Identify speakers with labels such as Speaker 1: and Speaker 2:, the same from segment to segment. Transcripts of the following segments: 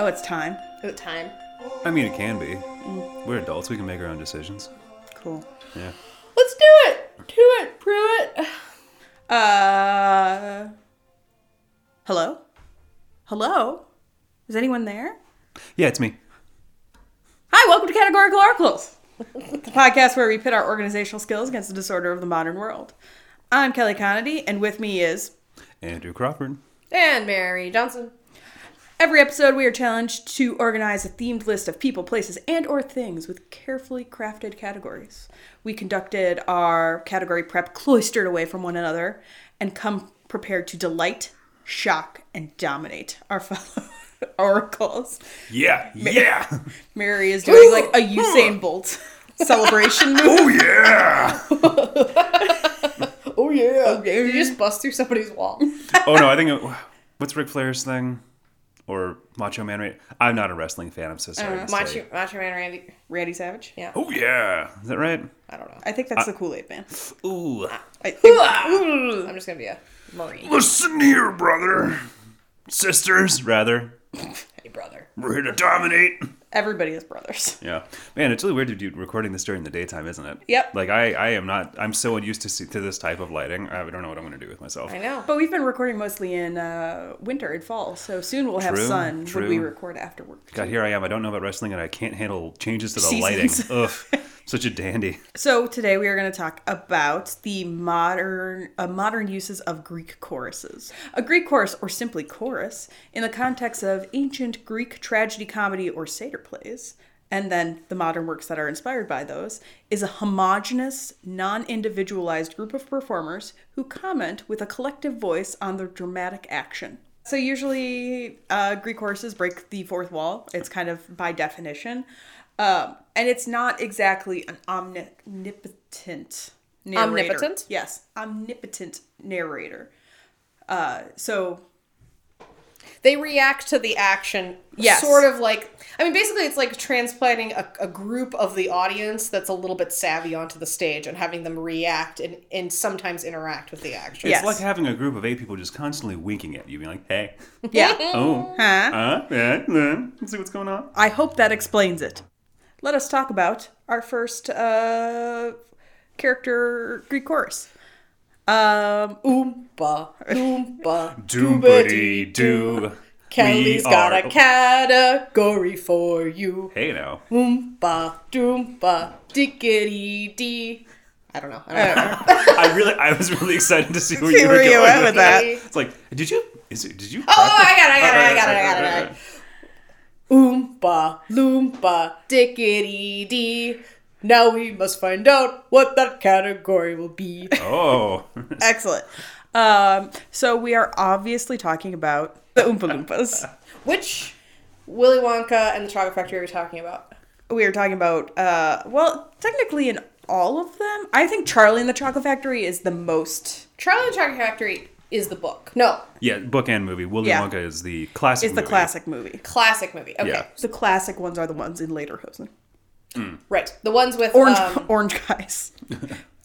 Speaker 1: Oh, it's time.
Speaker 2: Oh, time.
Speaker 3: I mean, it can be. We're adults. We can make our own decisions.
Speaker 1: Cool.
Speaker 3: Yeah.
Speaker 2: Let's do it. Do it. Prove it.
Speaker 1: Uh. Hello? Hello? Is anyone there?
Speaker 3: Yeah, it's me.
Speaker 1: Hi, welcome to Categorical Oracles, the podcast where we pit our organizational skills against the disorder of the modern world. I'm Kelly Connedy, and with me is
Speaker 3: Andrew Crawford.
Speaker 2: And Mary Johnson.
Speaker 1: Every episode, we are challenged to organize a themed list of people, places, and/or things with carefully crafted categories. We conducted our category prep cloistered away from one another, and come prepared to delight, shock, and dominate our fellow oracles.
Speaker 3: Yeah. Yeah.
Speaker 1: Mary is doing like a Usain Bolt celebration move.
Speaker 3: oh yeah.
Speaker 2: Oh yeah. Okay. You just bust through somebody's wall.
Speaker 3: oh no, I think it, what's Ric Flair's thing, or Macho Man? Right? I'm not a wrestling fan. I'm so sorry. to
Speaker 2: Uh-huh. Macho,
Speaker 3: say.
Speaker 2: Macho Man Randy.
Speaker 1: Randy Savage.
Speaker 2: Yeah.
Speaker 3: Oh yeah. Is that right?
Speaker 2: I don't know.
Speaker 1: I think that's the Kool Aid Man.
Speaker 3: Ooh.
Speaker 1: I think
Speaker 2: Ah! I'm just gonna be a Marine.
Speaker 3: Listen here, brother, sisters, rather.
Speaker 2: Hey, brother.
Speaker 3: We're here to dominate.
Speaker 1: everybody is brothers.
Speaker 3: Yeah, man, it's really weird to do recording this during the daytime, isn't it?
Speaker 1: Yep.
Speaker 3: Like I, I am not. I'm so unused to see, to this type of lighting. I don't know what I'm going to do with myself.
Speaker 2: I know.
Speaker 1: But we've been recording mostly in uh, winter and fall, so soon we'll have
Speaker 3: True,
Speaker 1: sun when we
Speaker 3: true.
Speaker 1: record after work.
Speaker 3: God, here I am. I don't know about wrestling, and I can't handle changes to the
Speaker 1: Seasons.
Speaker 3: lighting. Ugh, such a dandy.
Speaker 1: So today we are going to talk about the modern uh, modern uses of Greek choruses. A Greek chorus, or simply chorus, in the context of ancient Greek tragedy, comedy, or satyr plays, and then the modern works that are inspired by those, is a homogenous, non-individualized group of performers who comment with a collective voice on their dramatic action. So usually, uh, Greek choruses break the fourth wall. It's kind of by definition, um, and it's not exactly an omni- omnipotent narrator.
Speaker 2: Omnipotent?
Speaker 1: yes, omnipotent narrator. Uh, so
Speaker 2: they react to the action
Speaker 1: Yes.
Speaker 2: sort of like i mean basically it's like transplanting a, a group of the audience that's a little bit savvy onto the stage and having them react and, and sometimes interact with the action
Speaker 1: Yeah.
Speaker 3: It's like having a group of eight people just constantly winking at you, being like, "Hey,
Speaker 1: yeah,
Speaker 3: oh,
Speaker 1: Huh?
Speaker 3: uh, yeah, yeah, let's see what's going on."
Speaker 1: I hope that explains it. Let us talk about our first uh, character Greek chorus. Um,
Speaker 2: oompa oompa
Speaker 3: Doobity doo.
Speaker 2: kelly's got a category for you
Speaker 3: Oh, Hey now.
Speaker 2: oompa doompa dickety dee i don't know i don't know
Speaker 3: I really, I was really excited to see where you
Speaker 1: See
Speaker 3: were
Speaker 1: where
Speaker 3: going
Speaker 1: you went with
Speaker 3: with
Speaker 1: that.
Speaker 3: It's like, did you? Is it? Did you?
Speaker 2: oh i got it i got it i got it i got it, I got it. Oompa loompa dickety dee. Now we must find out what that category will be.
Speaker 3: Oh,
Speaker 1: excellent. Um, so we are obviously talking about the Oompa Loompas.
Speaker 2: Which Willy Wonka and the Chocolate Factory are we talking about?
Speaker 1: we were talking about uh well technically in all of them i think charlie and the chocolate factory is the most
Speaker 2: Charlie and the Chocolate Factory is the book. No,
Speaker 3: yeah. Book and movie. Willy
Speaker 1: Yeah.
Speaker 3: Wonka is the classic.
Speaker 1: is the
Speaker 3: movie.
Speaker 1: classic movie
Speaker 2: classic movie. Okay,
Speaker 3: Yeah.
Speaker 1: the classic ones are the ones in later hosen
Speaker 2: right. The ones with
Speaker 1: orange
Speaker 2: um,
Speaker 1: orange guys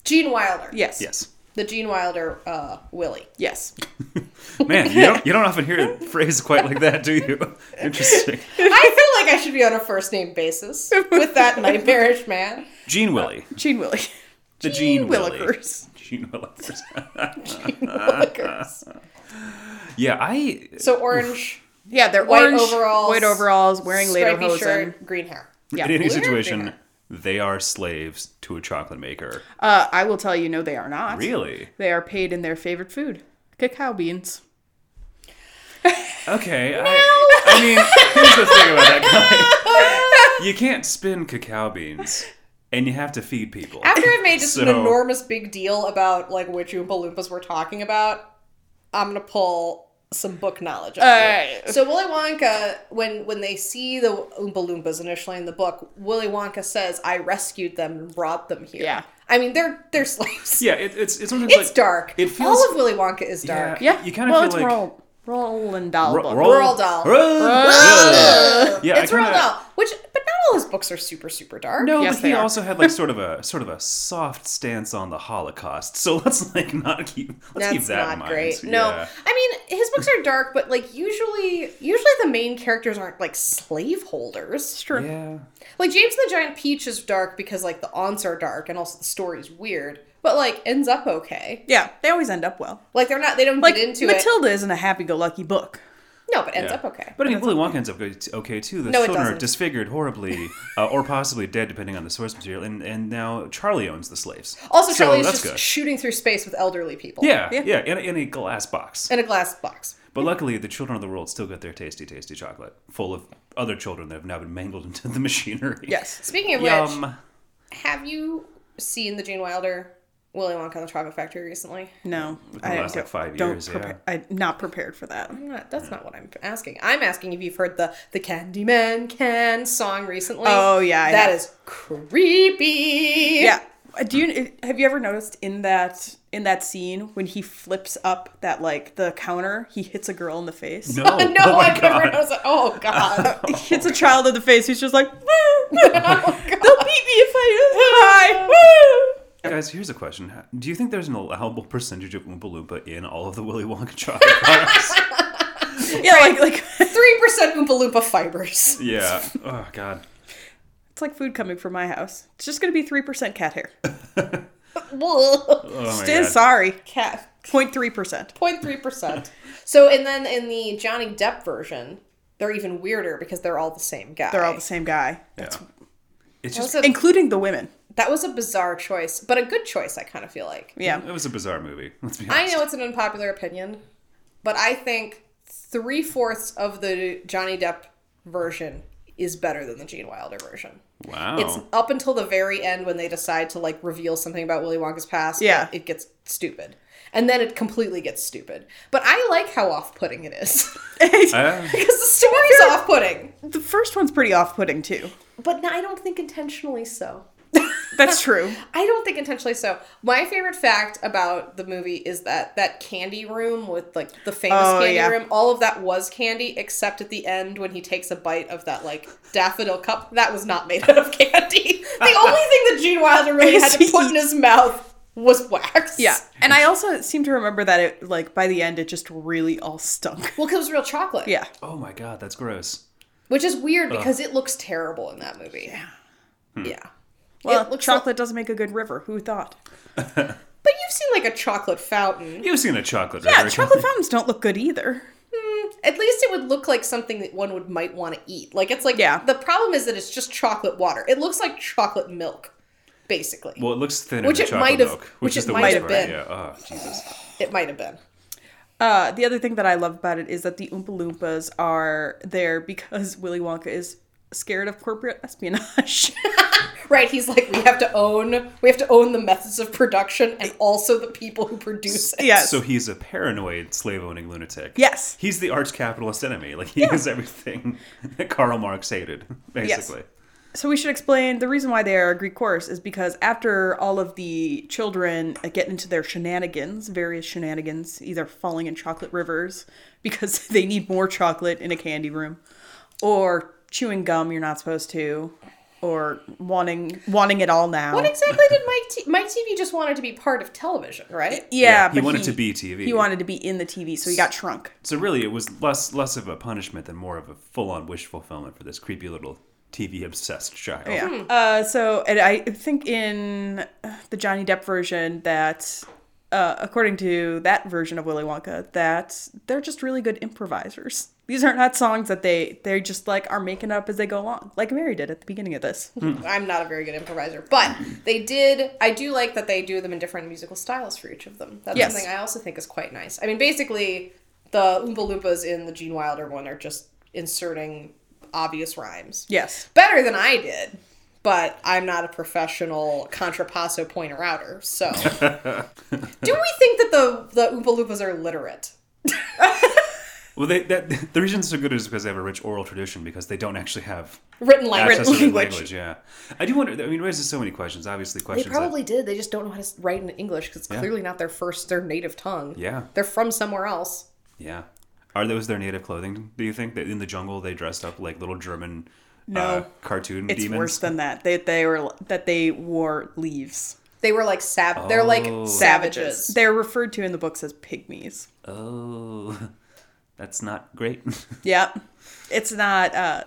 Speaker 2: Gene Wilder.
Speaker 1: yes
Speaker 3: Yes.
Speaker 2: The Gene Wilder uh, Willy.
Speaker 1: yes
Speaker 3: Man, you don't, you don't often hear a phrase quite like that, do you? Interesting.
Speaker 2: I feel like I should be on a first name basis with that nightmarish man.
Speaker 3: Gene Willy.
Speaker 1: gene willy
Speaker 3: The Gene, Willy.
Speaker 1: willikers
Speaker 3: Gene Willikers.
Speaker 2: Willikers.
Speaker 3: yeah, I.
Speaker 2: So orange,
Speaker 1: yeah they're
Speaker 2: White
Speaker 1: orange
Speaker 2: overalls,
Speaker 1: white overalls wearing later
Speaker 2: stripy
Speaker 1: hosen
Speaker 2: shirt, green hair.
Speaker 1: yeah
Speaker 3: in any
Speaker 2: Weird.
Speaker 3: situation, they are slaves to a chocolate maker.
Speaker 1: uh i will tell you no they are not
Speaker 3: Really?
Speaker 1: they are paid in their favorite food cacao beans
Speaker 3: Okay. I, I mean, here's the thing about that guy. You can't spin cacao beans, and you have to feed people.
Speaker 2: After I've made just an
Speaker 3: So-
Speaker 2: enormous big deal about like which Oompa Loompas we're talking about, I'm gonna pull some book knowledge. out of it.
Speaker 1: Alright.
Speaker 2: So Willy Wonka, when when they see the Oompa Loompas initially in the book, Willy Wonka says, "I rescued them and brought them here."
Speaker 1: Yeah.
Speaker 2: I mean they're they're slaves.
Speaker 3: Yeah, it, it's it's sometimes
Speaker 2: It's
Speaker 3: like,
Speaker 2: dark.
Speaker 3: It feels-
Speaker 2: All of Willy Wonka is dark.
Speaker 1: yeah
Speaker 3: You kinda
Speaker 1: well
Speaker 3: feel
Speaker 1: it's
Speaker 3: like-
Speaker 1: roll roll and doll
Speaker 3: Ro-
Speaker 1: book.
Speaker 3: roll,
Speaker 2: Roald Dahl.
Speaker 3: Roald Dahl. Yeah, I
Speaker 2: It's Roald
Speaker 3: kinda-
Speaker 2: Dahl, which but not all his books are super super dark.
Speaker 3: No,
Speaker 1: Yes,
Speaker 3: but
Speaker 1: they
Speaker 3: he
Speaker 1: are.
Speaker 3: also had like sort of a sort of a soft stance on the Holocaust. So let's like not keep let's keep
Speaker 2: That's
Speaker 3: that
Speaker 2: not
Speaker 3: in mind.
Speaker 2: great. No,
Speaker 3: Yeah.
Speaker 2: I mean his books are dark, but like usually, usually the main characters aren't like slaveholders.
Speaker 1: Sure.
Speaker 3: Yeah.
Speaker 2: Like James and the Giant Peach is dark because like the aunts are dark and also the story's weird, but like ends up okay.
Speaker 1: Yeah, they always end up well.
Speaker 2: Like they're not they don't
Speaker 1: Like
Speaker 2: get into it.
Speaker 1: Matilda is isn't a happy-go-lucky book.
Speaker 2: No, but ends
Speaker 3: Yeah.
Speaker 2: up okay.
Speaker 3: But I mean, Willy Wonka ends up go- t- okay too. The
Speaker 2: No, it
Speaker 3: children are
Speaker 2: doesn't.
Speaker 3: disfigured horribly, uh, or possibly dead, depending on the source material. And and now Charlie owns the slaves.
Speaker 2: Also,
Speaker 3: So
Speaker 2: Charlie's
Speaker 3: that's
Speaker 2: just
Speaker 3: good.
Speaker 2: shooting through space with elderly people.
Speaker 3: yeah,
Speaker 1: Yeah.
Speaker 3: yeah, in, a, in a glass box.
Speaker 2: In a glass box.
Speaker 3: But luckily, the children of the world still get their tasty, tasty chocolate, full of other children that have now been mangled into the machinery. Um,
Speaker 1: Yes.
Speaker 2: Speaking of which,
Speaker 3: Yum.
Speaker 2: have you seen the Gene Wilder Willy Wonka and the Chocolate Factory recently?
Speaker 1: No,
Speaker 3: the last, like, five years, yeah.
Speaker 1: prepare- I'm not prepared for that.
Speaker 2: I'm not, that's not what I'm asking. I'm asking if you've heard the the Candyman Can song recently.
Speaker 1: Oh, yeah, I
Speaker 2: that
Speaker 1: have.
Speaker 2: is creepy.
Speaker 1: Yeah. Uh, Do you have you ever noticed in that in that scene when he flips up that like the counter, he hits a girl in the face.
Speaker 3: No,
Speaker 2: no,
Speaker 3: oh my
Speaker 2: I never
Speaker 3: God.
Speaker 2: noticed. it. Oh god.
Speaker 1: He hits a child in the face. He's just like, "Woo, woo,
Speaker 2: Oh,
Speaker 1: they'll beat me if I if I- woo."
Speaker 3: Guys, here's a question: Do you think there's an allowable percentage of Oompa Loompa in all of the Willy Wonka chocolate bars?
Speaker 1: Yeah, like like
Speaker 2: Three percent Oompa Loompa fibers.
Speaker 3: yeah. Oh God.
Speaker 1: it's like food coming from my house. It's just gonna be three percent cat hair.
Speaker 2: Ugh.
Speaker 3: Oh my
Speaker 1: Still
Speaker 3: God.
Speaker 1: sorry,
Speaker 2: Cat.
Speaker 1: 03 percent.
Speaker 2: 03 percent. So and then in the Johnny Depp version, they're even weirder because they're all the same guy.
Speaker 1: They're all the same guy,
Speaker 3: Yeah. It's
Speaker 2: That was
Speaker 3: just.
Speaker 2: a-
Speaker 1: including the women.
Speaker 2: that was a bizarre choice, but a good choice. I kind of feel like.
Speaker 1: Yeah,
Speaker 3: It was a bizarre movie. Let's be honest.
Speaker 2: I know it's an unpopular opinion, but I think three fourths of the Johnny Depp version is better than the Gene Wilder version.
Speaker 3: Wow.
Speaker 2: It's up until the very end when they decide to like reveal something about Willy Wonka's past. that
Speaker 1: Yeah.
Speaker 2: it gets stupid, and then it completely gets stupid. But I like how off-putting it is
Speaker 3: Uh,
Speaker 2: because the story's off-putting,
Speaker 1: the first one's pretty off-putting too.
Speaker 2: but no, I don't think intentionally so.
Speaker 1: That's true.
Speaker 2: I don't think intentionally so. My favorite fact about the movie is that that candy room with like the famous
Speaker 1: Oh,
Speaker 2: candy
Speaker 1: yeah.
Speaker 2: room, all of that was candy except at the end when he takes a bite of that like daffodil cup that was not made out of candy. The only thing that Gene Wilder really had to put in his mouth was wax.
Speaker 1: Yeah, and I also seem to remember that it like by the end it just really all stunk.
Speaker 2: Well, 'cause it was real chocolate.
Speaker 1: Yeah,
Speaker 3: oh my God, that's gross.
Speaker 2: Which is weird because it looks terrible in that movie. Yeah. Yeah.
Speaker 1: Hmm. well,
Speaker 2: it looks
Speaker 1: chocolate doesn't make a good river. Who thought?
Speaker 2: Like, but you've seen like a chocolate fountain.
Speaker 3: You've seen a chocolate
Speaker 1: Yeah,
Speaker 3: river.
Speaker 1: chocolate fountains don't look good either.
Speaker 2: At least it would look like something that one would might want to eat. Like it's like
Speaker 1: Yeah.
Speaker 2: the problem is that it's just chocolate water. It looks like chocolate milk, basically.
Speaker 3: Well, it looks thinner
Speaker 2: Which
Speaker 3: than
Speaker 2: it
Speaker 3: chocolate
Speaker 2: might have-
Speaker 3: milk,
Speaker 2: which
Speaker 3: which is
Speaker 2: it
Speaker 3: the
Speaker 2: might
Speaker 3: worst
Speaker 2: have
Speaker 3: part.
Speaker 2: been.
Speaker 3: Yeah. Oh, Jesus.
Speaker 2: It might have been.
Speaker 1: Uh, the other thing that I love about it is that the Oompa Loompas are there because Willy Wonka is scared of corporate espionage.
Speaker 2: Right, he's like, we have to own we have to own the methods of production and also the people who produce it.
Speaker 1: yes.
Speaker 3: So he's a paranoid slave-owning lunatic.
Speaker 1: Yes.
Speaker 3: He's the arch-capitalist enemy. Like he is everything that Karl Marx hated, basically.
Speaker 1: So we should explain the reason why they are a Greek chorus is because after all of the children uh, get into their shenanigans, various shenanigans, either falling in chocolate rivers because they need more chocolate in a candy room, or chewing gum you're not supposed to, or wanting wanting it all now.
Speaker 2: What exactly did Mike T- Mike TV just wanted to be part of television, right?
Speaker 1: yeah,
Speaker 3: Yeah, he
Speaker 1: but
Speaker 3: wanted to be TV.
Speaker 1: He wanted to be in the TV, so he got shrunk.
Speaker 3: So really, it was less less of a punishment than more of a full-on wish fulfillment for this creepy little TV-obsessed child.
Speaker 1: Yeah. Uh, so, and I think in uh, the Johnny Depp version that, uh, according to that version of Willy Wonka, that they're just really good improvisers. These are not songs that they they just like are making up as they go along, like Mary did at the beginning of this.
Speaker 2: I'm not a very good improviser, but they did. I do like that they do them in different musical styles for each of them. That's
Speaker 1: Yes.
Speaker 2: something I also think is quite nice. I mean, basically, the Oompa Loompas in the Gene Wilder one are just inserting obvious rhymes.
Speaker 1: yes.
Speaker 2: Better than I did, but I'm not a professional contrapasso pointer outer. So, do we think that the the Oompa Loompas are literate?
Speaker 3: Well, they, that, the reason it's so good is because they have a rich oral tradition because they don't actually have
Speaker 2: Written language.
Speaker 3: access to their
Speaker 1: language.
Speaker 3: language. Yeah, I do wonder. I mean, it raises so many questions. Obviously,
Speaker 2: They
Speaker 3: questions. that-
Speaker 2: probably did. They just don't know how to write in English because it's clearly not their first, their native tongue.
Speaker 3: Yeah.
Speaker 2: They're from somewhere else.
Speaker 3: yeah, are those their native clothing? Do you think that in the jungle they dressed up like little German
Speaker 1: No.
Speaker 3: uh, cartoon
Speaker 1: it's
Speaker 3: demons.
Speaker 1: worse than that. They they were that they wore leaves.
Speaker 2: They were like sav. They're like
Speaker 3: Oh.
Speaker 2: savages.
Speaker 1: They're referred to in the books as pygmies.
Speaker 3: oh, that's not great.
Speaker 1: Yep. It's not. uh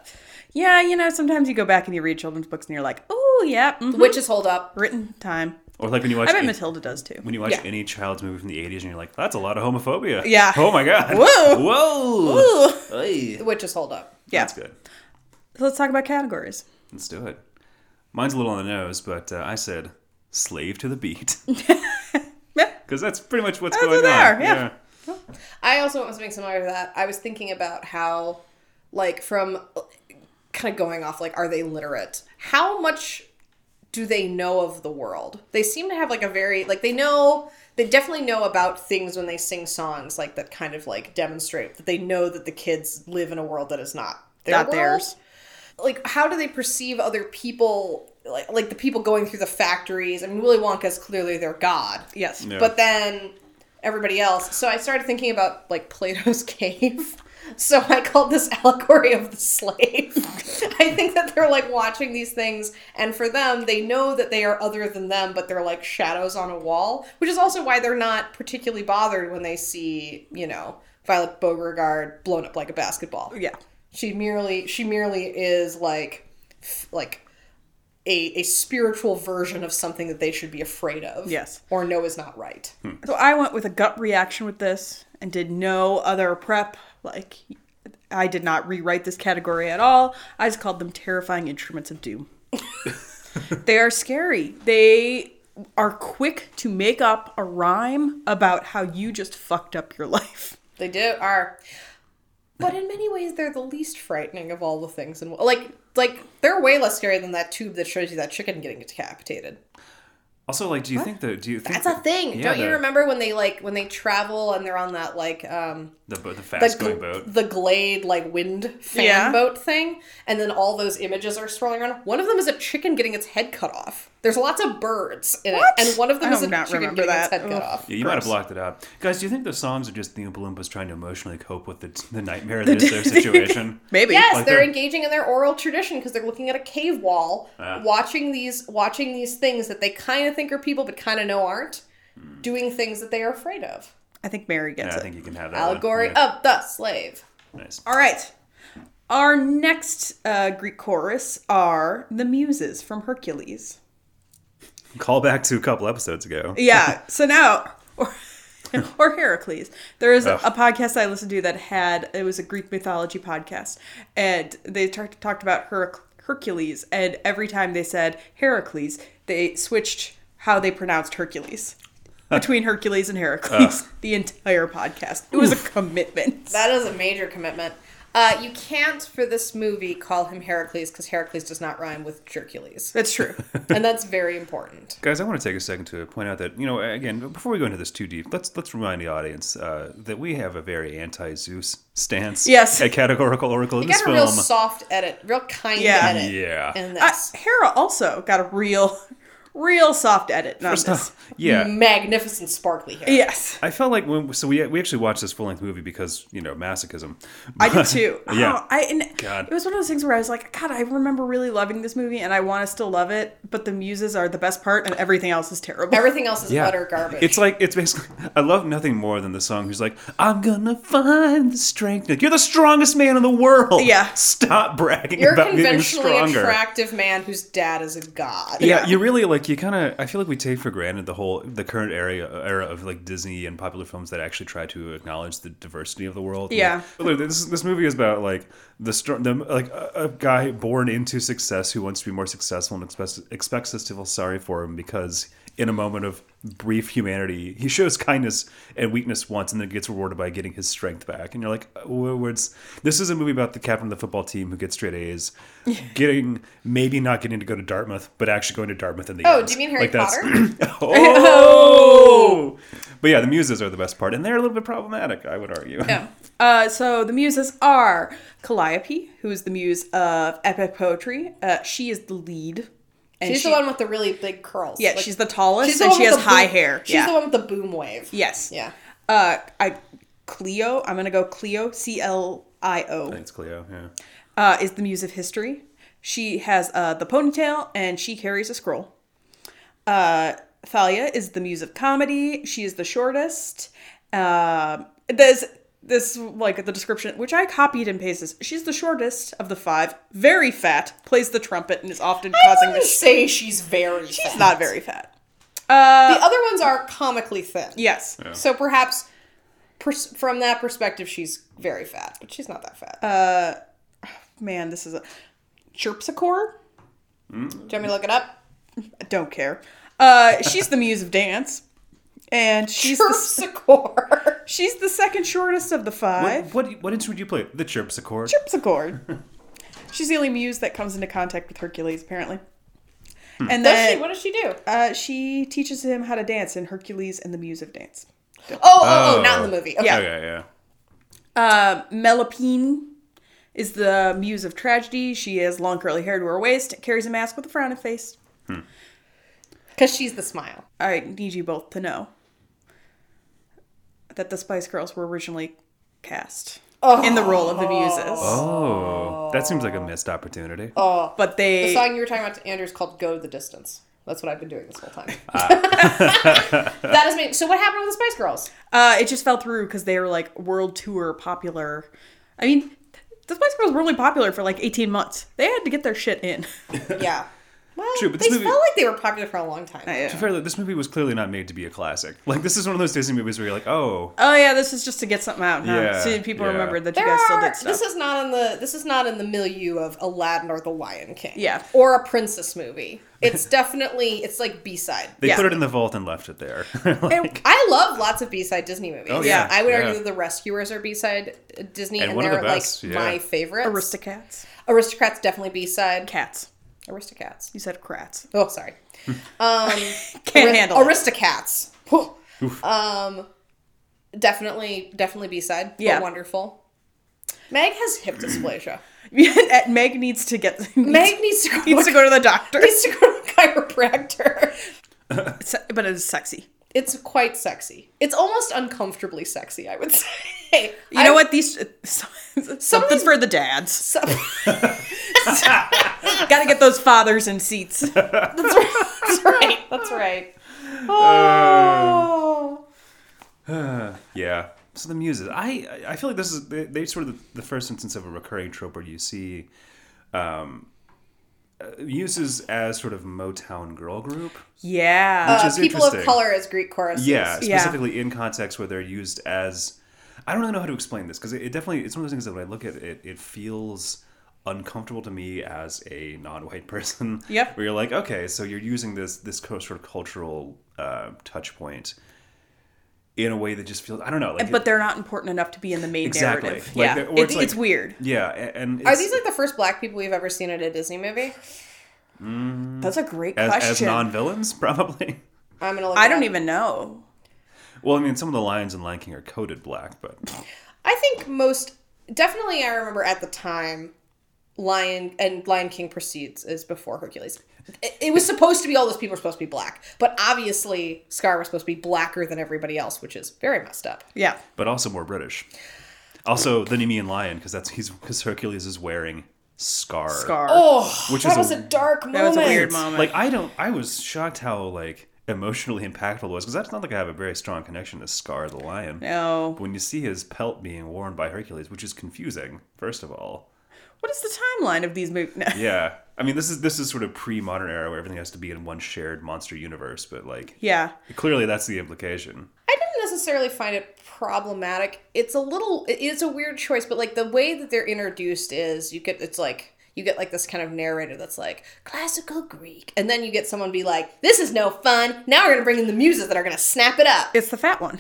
Speaker 1: Yeah, you know, sometimes you go back and you read children's books and you're like, oh yeah, mhm,
Speaker 2: Witches hold up.
Speaker 1: written time.
Speaker 3: or like when you watch
Speaker 1: I bet
Speaker 3: a-
Speaker 1: Matilda does too.
Speaker 3: when you watch
Speaker 2: Yeah.
Speaker 3: any child's movie from the '80s and you're like, that's a lot of homophobia.
Speaker 1: Yeah.
Speaker 3: Oh my god.
Speaker 1: Whoa.
Speaker 3: Whoa.
Speaker 1: Ooh.
Speaker 3: Hey.
Speaker 2: Witches hold up.
Speaker 1: Yeah.
Speaker 3: That's good.
Speaker 1: So let's talk about categories.
Speaker 3: Let's do it. Mine's a little on the nose, but uh, I said slave to the beat
Speaker 1: Yeah.
Speaker 3: because that's pretty much what's
Speaker 1: That's
Speaker 3: going
Speaker 1: what they
Speaker 3: on.
Speaker 1: are, yeah.
Speaker 2: I also want something similar to that. I was thinking about how, like, from kind of going off, like, are they literate? How much do they know of the world? They seem to have, like, a very, like, they know, they definitely know about things when they sing songs, like, that kind of, like, demonstrate that they know that the kids live in a world that is not their
Speaker 1: Not
Speaker 2: world.
Speaker 1: theirs.
Speaker 2: Like, how do they perceive other people? Like, like the people going through the factories. I mean, Willy Wonka's clearly their god
Speaker 1: Yes.
Speaker 3: Yeah.
Speaker 2: but then everybody else. So I started thinking about like Plato's cave. So I called this allegory of the slave. I think that they're like watching these things, and for them, they know that they are other than them, but they're like shadows on a wall, which is also why they're not particularly bothered when they see, you know, Violet Beauregard blown up like a basketball.
Speaker 1: Yeah.
Speaker 2: She merely she merely is like f- like a, a spiritual version of something that they should be afraid of.
Speaker 1: Yes.
Speaker 2: Or no is not right.
Speaker 1: So I went with a gut reaction with this and did no other prep. Like, I did not rewrite this category at all. I just called them terrifying instruments of doom. they are scary. They are quick to make up a rhyme about how you just fucked up your life.
Speaker 2: They do are but in many ways they're the least frightening of all the things and like like they're way less scary than that tube that shows you that chicken getting decapitated.
Speaker 3: Also, like, do you think the do you think
Speaker 2: That's a
Speaker 3: the-
Speaker 2: thing.
Speaker 3: yeah,
Speaker 2: Don't you
Speaker 3: the-
Speaker 2: remember when they like when they travel and they're on that like um
Speaker 3: the bo- the
Speaker 2: the,
Speaker 3: fast going
Speaker 2: gl-
Speaker 3: boat?
Speaker 2: the glade like wind fan
Speaker 1: Yeah.
Speaker 2: boat thing and then all those images are swirling around one of them is a chicken getting its head cut off there's lots of birds in
Speaker 1: What?
Speaker 2: it and one of them
Speaker 1: I
Speaker 2: is a
Speaker 1: do not
Speaker 2: chicken
Speaker 1: remember
Speaker 2: getting its
Speaker 1: that.
Speaker 2: head cut
Speaker 1: Ugh.
Speaker 2: off
Speaker 3: Yeah, you might have blocked it out, guys. Do you think the songs are just the Oompa Loompas trying to emotionally cope with the, the nightmare that is their situation?
Speaker 1: Maybe.
Speaker 2: yes
Speaker 3: Like
Speaker 2: they're
Speaker 3: they're-
Speaker 2: engaging in their oral tradition because they're looking at a cave wall
Speaker 3: Ah.
Speaker 2: watching these watching these things that they kind of think are people but kind of know aren't
Speaker 3: Hmm.
Speaker 2: doing things that they are afraid of
Speaker 1: I think Mary gets
Speaker 3: Yeah, I
Speaker 1: it.
Speaker 3: think you can have that.
Speaker 2: allegory
Speaker 3: One. Yeah,
Speaker 2: of the slave
Speaker 3: Nice.
Speaker 1: All right. Our next uh, Greek chorus are the Muses from Hercules.
Speaker 3: Call back to a couple episodes ago.
Speaker 1: Yeah. So now, or, or Heracles. There is a,
Speaker 3: Ugh.
Speaker 1: a podcast I listened to that had it was a Greek mythology podcast, and they tar- talked about Herac Hercules, and every time they said Heracles, they switched how they pronounced Hercules. Between Hercules and Heracles, the entire podcast. It was a commitment.
Speaker 2: that is a major commitment uh, you can't for this movie call him heracles because heracles does not rhyme with jercules
Speaker 1: That's true.
Speaker 2: and that's very important.
Speaker 3: Guys, I want to take a second to point out that you know, again, before we go into this too deep, let's let's remind the audience uh, that we have a very anti-Zeus stance.
Speaker 1: Yes.
Speaker 3: a categorical oracle in
Speaker 2: You
Speaker 3: this
Speaker 2: got a
Speaker 3: film.
Speaker 2: real soft edit, real kind
Speaker 1: Yeah.
Speaker 2: edit.
Speaker 3: Yeah.
Speaker 2: In
Speaker 1: Uh,
Speaker 2: this
Speaker 1: Hera also got a real, real soft edit on
Speaker 3: First
Speaker 1: this.
Speaker 3: off, yeah,
Speaker 2: Mm. magnificent sparkly hair.
Speaker 1: Yes,
Speaker 3: I felt like when so we we actually watched this full length movie because you know masochism.
Speaker 1: I did too.
Speaker 3: Yeah.
Speaker 1: Oh, I and
Speaker 3: God.
Speaker 1: it was one of those things where I was like, God, I remember really loving this movie, and I want to still love it, but the muses are the best part, and everything else is terrible.
Speaker 2: Everything else is utter garbage.
Speaker 3: It's like it's basically. I love nothing more than the song. Who's like, I'm gonna find the strength. Like, You're the strongest man in the world.
Speaker 1: Yeah.
Speaker 3: Stop bragging
Speaker 2: You're a
Speaker 3: about being
Speaker 2: conventionally
Speaker 3: stronger.
Speaker 2: attractive man whose dad is a god.
Speaker 3: yeah, you really like you kind of. I feel like we take for granted the whole the current area era of like Disney and popular films that actually try to acknowledge the diversity of the world.
Speaker 1: Yeah.
Speaker 3: Like, look, this this movie is about like the str- the like a, a guy born into success who wants to be more successful and expects expects us to feel sorry for him because in a moment of brief humanity he shows kindness and weakness once and then gets rewarded by getting his strength back and you're like uh, "Wh- where's this is a movie about the captain of the football team who gets straight A's getting maybe not getting to go to Dartmouth but actually going to Dartmouth in the
Speaker 2: Oh,
Speaker 3: end.
Speaker 2: do you mean Harry
Speaker 3: Like, that's-
Speaker 2: Potter?
Speaker 3: oh but yeah the muses are the best part and they're a little bit problematic I would argue
Speaker 2: Yeah.
Speaker 1: Uh, so the muses are Calliope, who is the muse of epic poetry. Uh, she is the lead. And
Speaker 2: She's
Speaker 1: she-
Speaker 2: the one with the really big curls.
Speaker 1: Yeah,
Speaker 2: Like,
Speaker 1: she's the tallest,
Speaker 2: she's the
Speaker 1: and
Speaker 2: one
Speaker 1: she
Speaker 2: with
Speaker 1: has
Speaker 2: the
Speaker 1: high
Speaker 2: boom-
Speaker 1: hair.
Speaker 2: She's
Speaker 1: yeah.
Speaker 2: the one with the boom wave.
Speaker 1: Yes.
Speaker 2: Yeah.
Speaker 1: Uh, I Cleo. I'm gonna go Cleo. C L I O.
Speaker 3: Thanks, Cleo. Yeah.
Speaker 1: uh, is the muse of history. She has uh, the ponytail and she carries a scroll. Uh, Thalia is the muse of comedy. She is the shortest. Uh, there's this like the description, which I copied and pasted. She's the shortest of the five. Very fat. Plays the trumpet and is often causing.
Speaker 2: wouldn't
Speaker 1: Mis-
Speaker 2: say she's very. She's
Speaker 1: She's not very fat. Uh,
Speaker 2: The other ones are comically thin.
Speaker 1: yes.
Speaker 2: So perhaps pers- from that perspective, she's very fat, but she's not that fat. Uh,
Speaker 1: Man, this is a chirpsichore.
Speaker 2: Do you want me to look it up?
Speaker 1: don't care. Uh, she's the muse of dance, and she's the,
Speaker 2: Terpsichore.
Speaker 1: she's the second shortest of the five.
Speaker 3: What, what what instrument do you play? The chirpsichord.
Speaker 1: Harpsichord. she's the only muse that comes into contact with Hercules, apparently. And
Speaker 2: Does she?
Speaker 1: then
Speaker 2: What does she do?
Speaker 1: uh, she teaches him how to dance in Hercules and the Muse of Dance.
Speaker 2: Oh, oh, oh, not in the movie. Okay.
Speaker 1: Yeah.
Speaker 3: Okay, yeah.
Speaker 1: Uh, Melipene is the muse of tragedy. She has long curly hair to her waist, carries a mask with a frowning face.
Speaker 2: Because she's the smile.
Speaker 1: I need you both to know that the Spice Girls were originally cast in the role of the Muses,
Speaker 3: Oh, that seems like a missed opportunity.
Speaker 1: but
Speaker 2: The
Speaker 1: they
Speaker 2: song you were talking about, Andrew, is called Go the Distance. That's what I've been doing this whole time.
Speaker 3: Ah.
Speaker 2: that is me. So what happened with the Spice Girls?
Speaker 1: uh, it just fell through because they were like world tour popular. I mean, the Spice Girls were only popular for like eighteen months. They had to get their shit in.
Speaker 2: Yeah. Well,
Speaker 3: True, but
Speaker 2: they
Speaker 3: this movie-
Speaker 2: felt like they were popular for a long time.
Speaker 1: Yeah.
Speaker 3: To be fair, though, this movie was clearly not made to be a classic. Like this is one of those Disney movies where you're like, oh,
Speaker 1: Oh yeah, this is just to get something out. Huh?
Speaker 3: Yeah,
Speaker 1: so people
Speaker 3: yeah.
Speaker 1: remembered that you
Speaker 2: There
Speaker 1: guys still
Speaker 2: are,
Speaker 1: did stuff.
Speaker 2: this is not in the this is not in the milieu of Aladdin or The Lion King.
Speaker 1: Yeah.
Speaker 2: Or a princess movie. It's definitely it's like B side.
Speaker 3: they
Speaker 1: Yeah.
Speaker 3: put it in the vault and left it there. like,
Speaker 2: I love lots of B side Disney movies.
Speaker 3: Oh, yeah.
Speaker 2: I would
Speaker 3: Yeah.
Speaker 2: argue that The Rescuers are B side Disney and,
Speaker 3: And one of
Speaker 2: they're
Speaker 3: the best,
Speaker 2: like
Speaker 3: yeah.
Speaker 2: my favorites.
Speaker 1: Aristocats,
Speaker 2: Aristocrats definitely B side.
Speaker 1: cats.
Speaker 2: Aristocats.
Speaker 1: You said crats.
Speaker 2: Oh, sorry. Um
Speaker 1: Can't
Speaker 2: Arist-
Speaker 1: handle it.
Speaker 2: Aristocats. Whew. Um definitely definitely B side.
Speaker 1: Yeah.
Speaker 2: Yeah. Wonderful. Meg has hip dysplasia.
Speaker 1: Meg needs to get
Speaker 2: Meg needs to go
Speaker 1: needs to go to the doctor.
Speaker 2: needs to go to a chiropractor.
Speaker 1: Se- but it is sexy.
Speaker 2: It's quite sexy. It's almost uncomfortably sexy, I would say.
Speaker 1: You know what? These something's for the dads. Got to get those fathers in seats.
Speaker 2: That's right. That's right. That's right. Oh.
Speaker 3: yeah. So the muses, I I feel like this is they, they sort of the first instance of a recurring trope where you see, um, uh, muses as sort of Motown girl group.
Speaker 1: Yeah.
Speaker 3: Which
Speaker 2: Uh,
Speaker 3: is
Speaker 2: people of
Speaker 3: interesting.
Speaker 2: color as Greek choruses.
Speaker 3: Yeah,
Speaker 1: Yeah.
Speaker 3: specifically in context where they're used as. I don't really know how to explain this because it, it definitely it's one of those things that when I look at it, it feels uncomfortable to me as a non-white person.
Speaker 1: Yep.
Speaker 3: Where you're like, okay, so you're using this this co- sort of cultural uh, touch point in a way that just feels I don't know, like
Speaker 1: but they're not important enough to be in the main
Speaker 3: Exactly.
Speaker 1: narrative.
Speaker 3: Like,
Speaker 1: yeah.
Speaker 3: they're- or
Speaker 1: It-
Speaker 3: it's
Speaker 1: it's,
Speaker 3: like-
Speaker 1: weird.
Speaker 3: yeah, a- and
Speaker 2: Are
Speaker 3: it's-
Speaker 2: these like the first black people we've ever seen at a Disney movie?
Speaker 1: That's a great
Speaker 3: as, as
Speaker 1: question.
Speaker 3: non-villains probably?
Speaker 2: I'm gonna. Look
Speaker 1: I
Speaker 2: it
Speaker 1: don't
Speaker 2: up.
Speaker 1: even know.
Speaker 3: Well, I mean, some of the lions in Lion King are coded black, but
Speaker 2: I think most definitely I remember at the time Lion and Lion King proceeds is before Hercules. It, it was supposed to be all those people were supposed to be black, but obviously Scar was supposed to be blacker than everybody else, which is very messed up.
Speaker 1: Yeah.
Speaker 3: but also more British. Also, the Nemean lion because that's he's because Hercules is wearing scar.
Speaker 1: Scar.
Speaker 2: Oh,
Speaker 3: Which
Speaker 2: that
Speaker 3: is a-
Speaker 2: was a, dark moment.
Speaker 1: that was a weird moment.
Speaker 3: Like I don't. I was shocked how like emotionally impactful it was because that's not like I have a very strong connection to Scar the Lion.
Speaker 1: no.
Speaker 3: But when you see his pelt being worn by Hercules, which is confusing, first of all.
Speaker 1: What is the timeline of these movies? No.
Speaker 3: Yeah, I mean this is this is sort of pre-modern era where everything has to be in one shared monster universe, but like
Speaker 1: Yeah.
Speaker 3: clearly that's the implication.
Speaker 2: I didn't necessarily find it problematic. It's a little, it- it's a weird choice, but like the way that they're introduced is you get, it's like, you get like this kind of narrator that's like classical Greek. And then you get someone be like, this is no fun. Now we're going to bring in the muses that are going to snap it up.
Speaker 1: It's the fat one.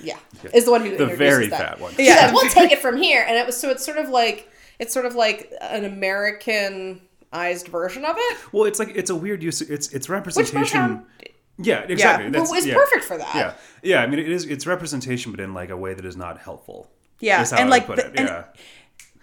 Speaker 2: Yeah. Is the one who
Speaker 3: The
Speaker 2: introduces
Speaker 3: very
Speaker 2: that.
Speaker 3: fat one.
Speaker 2: She's
Speaker 1: Yeah.
Speaker 2: like, we'll take it from here. And it was, so it's sort of like, it's sort of like an Americanized version of it,
Speaker 3: Well, it's like it's a weird use. It's it's
Speaker 2: which
Speaker 3: representation.
Speaker 2: Motown
Speaker 3: Yeah, exactly.
Speaker 1: Yeah.
Speaker 3: That's-
Speaker 2: was
Speaker 3: yeah.
Speaker 2: perfect for that.
Speaker 3: Yeah, yeah. I mean, it is it's representation, but in like a way that is not helpful.
Speaker 1: Yeah,
Speaker 3: is how
Speaker 1: and,
Speaker 3: I would
Speaker 1: like,
Speaker 3: put
Speaker 1: the-
Speaker 3: it.
Speaker 1: and-
Speaker 3: yeah.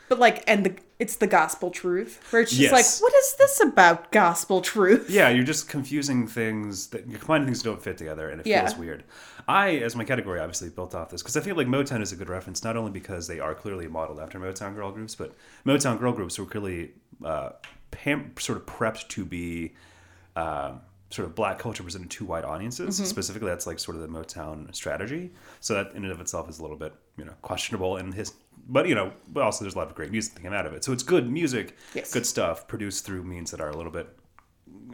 Speaker 1: But like, and the it's the gospel truth where it's just
Speaker 3: Yes.
Speaker 1: like, what is this about gospel truth?
Speaker 3: Yeah, you're just confusing things that you're combining things that don't fit together, and it
Speaker 1: Yeah.
Speaker 3: feels weird. I, as my category, obviously built off this because I feel like Motown is a good reference, not only because they are clearly modeled after Motown girl groups, but Motown girl groups were clearly uh, pam- sort of prepped to be um, sort of black culture presented to white audiences. Specifically, that's like sort of the Motown strategy. So that in and of itself is a little bit you know questionable in his, but you know, but also there's a lot of great music that came out of it. So it's good music,
Speaker 2: Yes.
Speaker 3: good stuff produced through means that are a little bit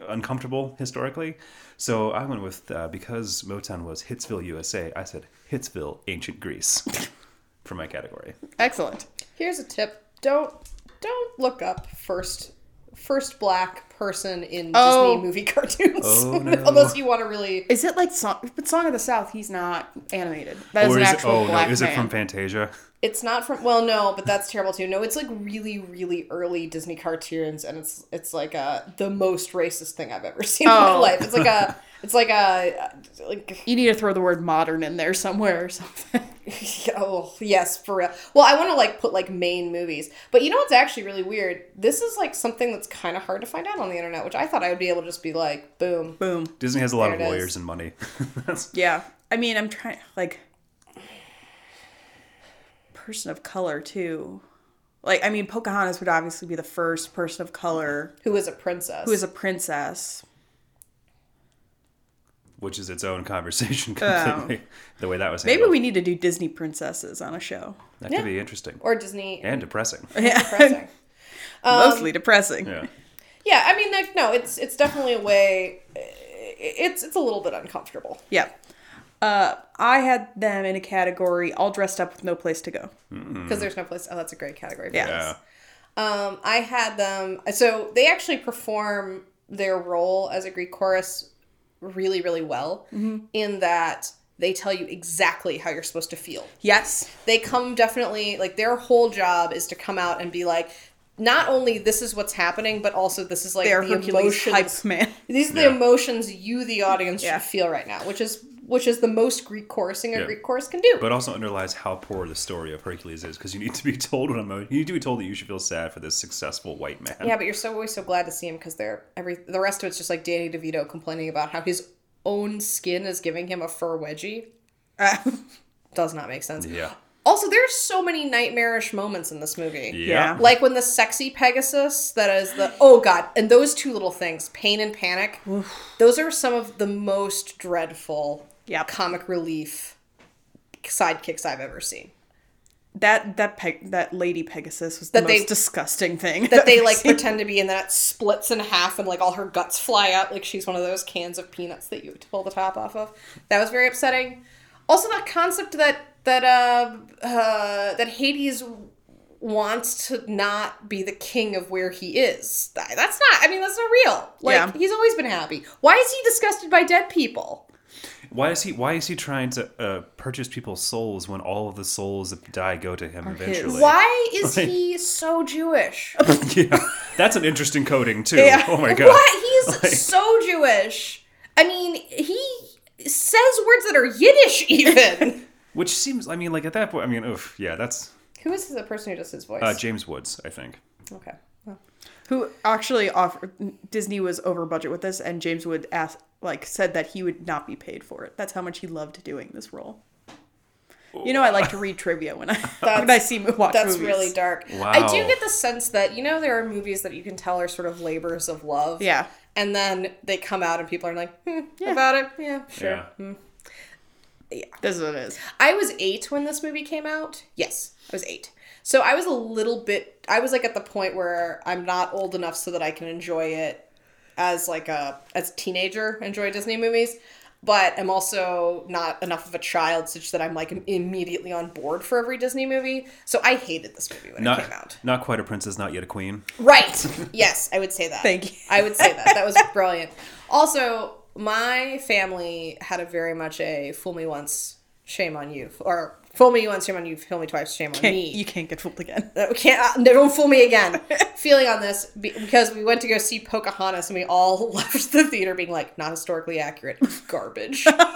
Speaker 3: uncomfortable historically. So I went with uh, because Motown was Hitsville, USA. I said Hitsville, ancient Greece, for my category.
Speaker 1: Excellent.
Speaker 2: Here's a tip: don't don't look up first first black person in
Speaker 1: Oh.
Speaker 2: Disney movie cartoons,
Speaker 3: Oh, no.
Speaker 2: unless you want to really.
Speaker 1: Is it like song? But Song of the South, he's not animated. That is an
Speaker 3: is
Speaker 1: actual
Speaker 3: it, oh
Speaker 1: black
Speaker 3: no, is
Speaker 1: man.
Speaker 3: it from Fantasia?
Speaker 2: It's not from well, no, but that's terrible too. No, it's like really, really early Disney cartoons, and it's it's like uh the most racist thing I've ever seen in my
Speaker 1: Oh.
Speaker 2: life. It's like a it's like a like
Speaker 1: you need to throw the word modern in there somewhere or something.
Speaker 2: Oh yes, for real. Well, I want to like put like main movies, but you know what's actually really weird? This is like something that's kind of hard to find out on the internet, which I thought I would be able to just be like, boom.
Speaker 1: Boom.
Speaker 3: Disney has a lot
Speaker 2: There
Speaker 3: of
Speaker 2: it is.
Speaker 3: lawyers and money. That's-
Speaker 1: Yeah. I mean, I'm trying like person of color too. Like I mean, Pocahontas would obviously be the first person of color
Speaker 2: Who is a princess?
Speaker 1: who is a princess.
Speaker 3: which is its own conversation completely. the way that was
Speaker 1: Oh. Maybe
Speaker 3: handled.
Speaker 1: we need to do Disney princesses on a show.
Speaker 3: that could be interesting
Speaker 2: or Disney?
Speaker 3: and depressing.
Speaker 2: Depressing. Um,
Speaker 1: Mostly depressing.
Speaker 3: yeah,
Speaker 2: yeah, I mean, like, no, it's it's definitely a way. It's it's a little bit uncomfortable.
Speaker 1: Yeah. Uh, I had them in a category all dressed up with no place to go.
Speaker 2: because there's no place. Oh, that's a great category. for
Speaker 1: Hmm. Yeah.
Speaker 3: yeah.
Speaker 2: this. Um, I had them. So they actually perform their role as a Greek chorus really, really well.
Speaker 1: Mm-hmm.
Speaker 2: In that they tell you exactly how you're supposed to feel.
Speaker 1: Yes.
Speaker 2: They come definitely like their whole job is to come out and be like. Not only this is what's happening, but also this is like
Speaker 1: They are
Speaker 2: the
Speaker 1: Hercules
Speaker 2: emotions
Speaker 1: hype man.
Speaker 2: these are the
Speaker 3: Yeah.
Speaker 2: emotions you, the audience,
Speaker 1: Yeah.
Speaker 2: should feel right now, which is which is the most Greek chorusing a
Speaker 3: Yeah.
Speaker 2: Greek chorus can do.
Speaker 3: But also underlies how poor the story of Hercules is because you need to be told what emo- you need to be told that you should feel sad for this successful white man.
Speaker 2: yeah, but you're so always so glad to see him because they're every the rest of it's just like Danny DeVito complaining about how his own skin is giving him a fur wedgie.
Speaker 1: Uh,
Speaker 2: Does not make sense.
Speaker 3: yeah,
Speaker 2: Also, there's so many nightmarish moments in this movie.
Speaker 1: Yeah.
Speaker 2: Like when the sexy Pegasus, that is the oh god, and those two little things, pain and panic, those are some of the most dreadful
Speaker 1: Yep.
Speaker 2: comic relief sidekicks I've ever seen.
Speaker 1: that that peg that lady Pegasus was the
Speaker 2: That
Speaker 1: most
Speaker 2: they-
Speaker 1: disgusting thing
Speaker 2: that they like pretend to be and then it splits in half and like all her guts fly out like she's one of those cans of peanuts that you pull the top off of that was very upsetting also that concept that that uh, uh that hades wants to not be the king of where he is That- that's not i mean that's not real like
Speaker 1: Yeah.
Speaker 2: he's always been happy why is he disgusted by dead people
Speaker 3: Why is he Why is he trying to uh, purchase people's souls when all of the souls that die go to him eventually?
Speaker 2: why is he so jewish
Speaker 3: Yeah, that's an interesting coding too.
Speaker 1: Yeah.
Speaker 3: Oh my god.
Speaker 2: What? He's so Jewish. I mean, he says words that are Yiddish even.
Speaker 3: Which seems, I mean, like at that point, I mean, oof, yeah, that's
Speaker 2: Who is the person who does his voice?
Speaker 3: uh, James Woods, I think.
Speaker 2: okay. Well,
Speaker 1: who actually offered Disney was over budget with this, and James would ask like said that he would not be paid for it. That's how much he loved doing this role. You know, I like to read trivia when I when I see mo- watch
Speaker 2: That's
Speaker 1: movies.
Speaker 2: really dark.
Speaker 3: Wow.
Speaker 2: I do get the sense that, you know, there are movies that you can tell are sort of labors of love.
Speaker 1: Yeah.
Speaker 2: And then they come out and people are like, hmm, about it. Yeah, sure.
Speaker 3: Yeah.
Speaker 1: This is what it is.
Speaker 2: I was eight when this movie came out. Yes, I was eight. So I was a little bit. I was like at the point where I'm not old enough so that I can enjoy it as like a as a teenager enjoy Disney movies, but I'm also not enough of a child such that I'm like immediately on board for every Disney movie. So I hated this movie when it came out.
Speaker 3: Not, not quite a princess, not yet a queen.
Speaker 2: Right. Yes, I would say that.
Speaker 1: Thank you.
Speaker 2: I would say that. That was brilliant. Also, my family had a very much a fool me once, shame on you, or fool me once, shame on you, fool me twice, shame on
Speaker 1: Can't-
Speaker 2: me.
Speaker 1: You can't get fooled again.
Speaker 2: Uh, can't uh, no, don't fool me again. Feeling on this be- because we went to go see Pocahontas and we all left the theater being like, not historically accurate, garbage. so when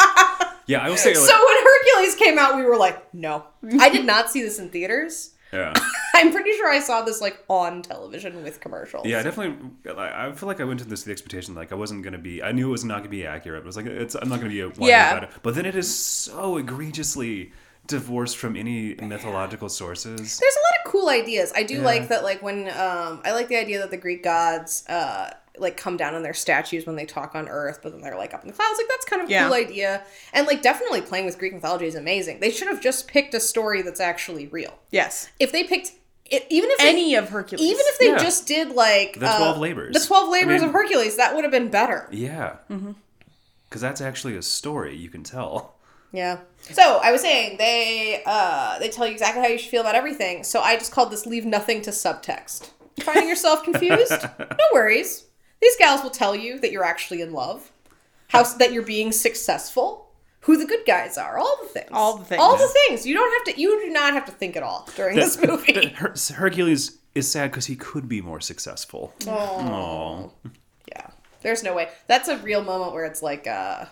Speaker 3: Yeah, I will say, like,
Speaker 2: Hercules came out, we were like, no, I did not see this in theaters.
Speaker 3: yeah,
Speaker 2: I'm pretty sure I saw this like on television with commercials.
Speaker 3: yeah, I definitely. I I feel like I went into this with the expectation like I wasn't gonna be. I knew it was not gonna be accurate. It was like it's. I'm not gonna be a whiny
Speaker 1: Yeah.
Speaker 3: about it. But then it is so egregiously divorced from any mythological sources.
Speaker 2: There's a lot of cool ideas. I do like that, like when um, I like the idea that the Greek gods uh, like come down on their statues when they talk on Earth, but then they're like up in the clouds. Like that's kind of a
Speaker 1: Yeah.
Speaker 2: cool idea. And like definitely playing with Greek mythology is amazing. They should have just picked a story that's actually real.
Speaker 1: Yes.
Speaker 2: If they picked it, even if they-
Speaker 1: Any of Hercules.
Speaker 2: even if they
Speaker 3: Yeah.
Speaker 2: just did like
Speaker 3: The
Speaker 2: uh,
Speaker 3: 12 labors.
Speaker 2: the twelve labors
Speaker 3: I mean-
Speaker 2: of Hercules, that would have been better.
Speaker 3: Yeah. Because
Speaker 2: Mm-hmm.
Speaker 3: that's actually a story, you can tell.
Speaker 2: Yeah. So I was saying they uh, they tell you exactly how you should feel about everything. So I just called this "leave nothing to subtext." Finding yourself confused? No worries. These gals will tell you that you're actually in love, how that you're being successful, who the good guys are, all the things,
Speaker 1: All the things.
Speaker 2: all the things. You don't have to. You do not have to think at all during this movie.
Speaker 3: Her- Hercules is sad because he could be more successful. Aww.
Speaker 2: yeah. There's no way. That's a real moment where it's like uh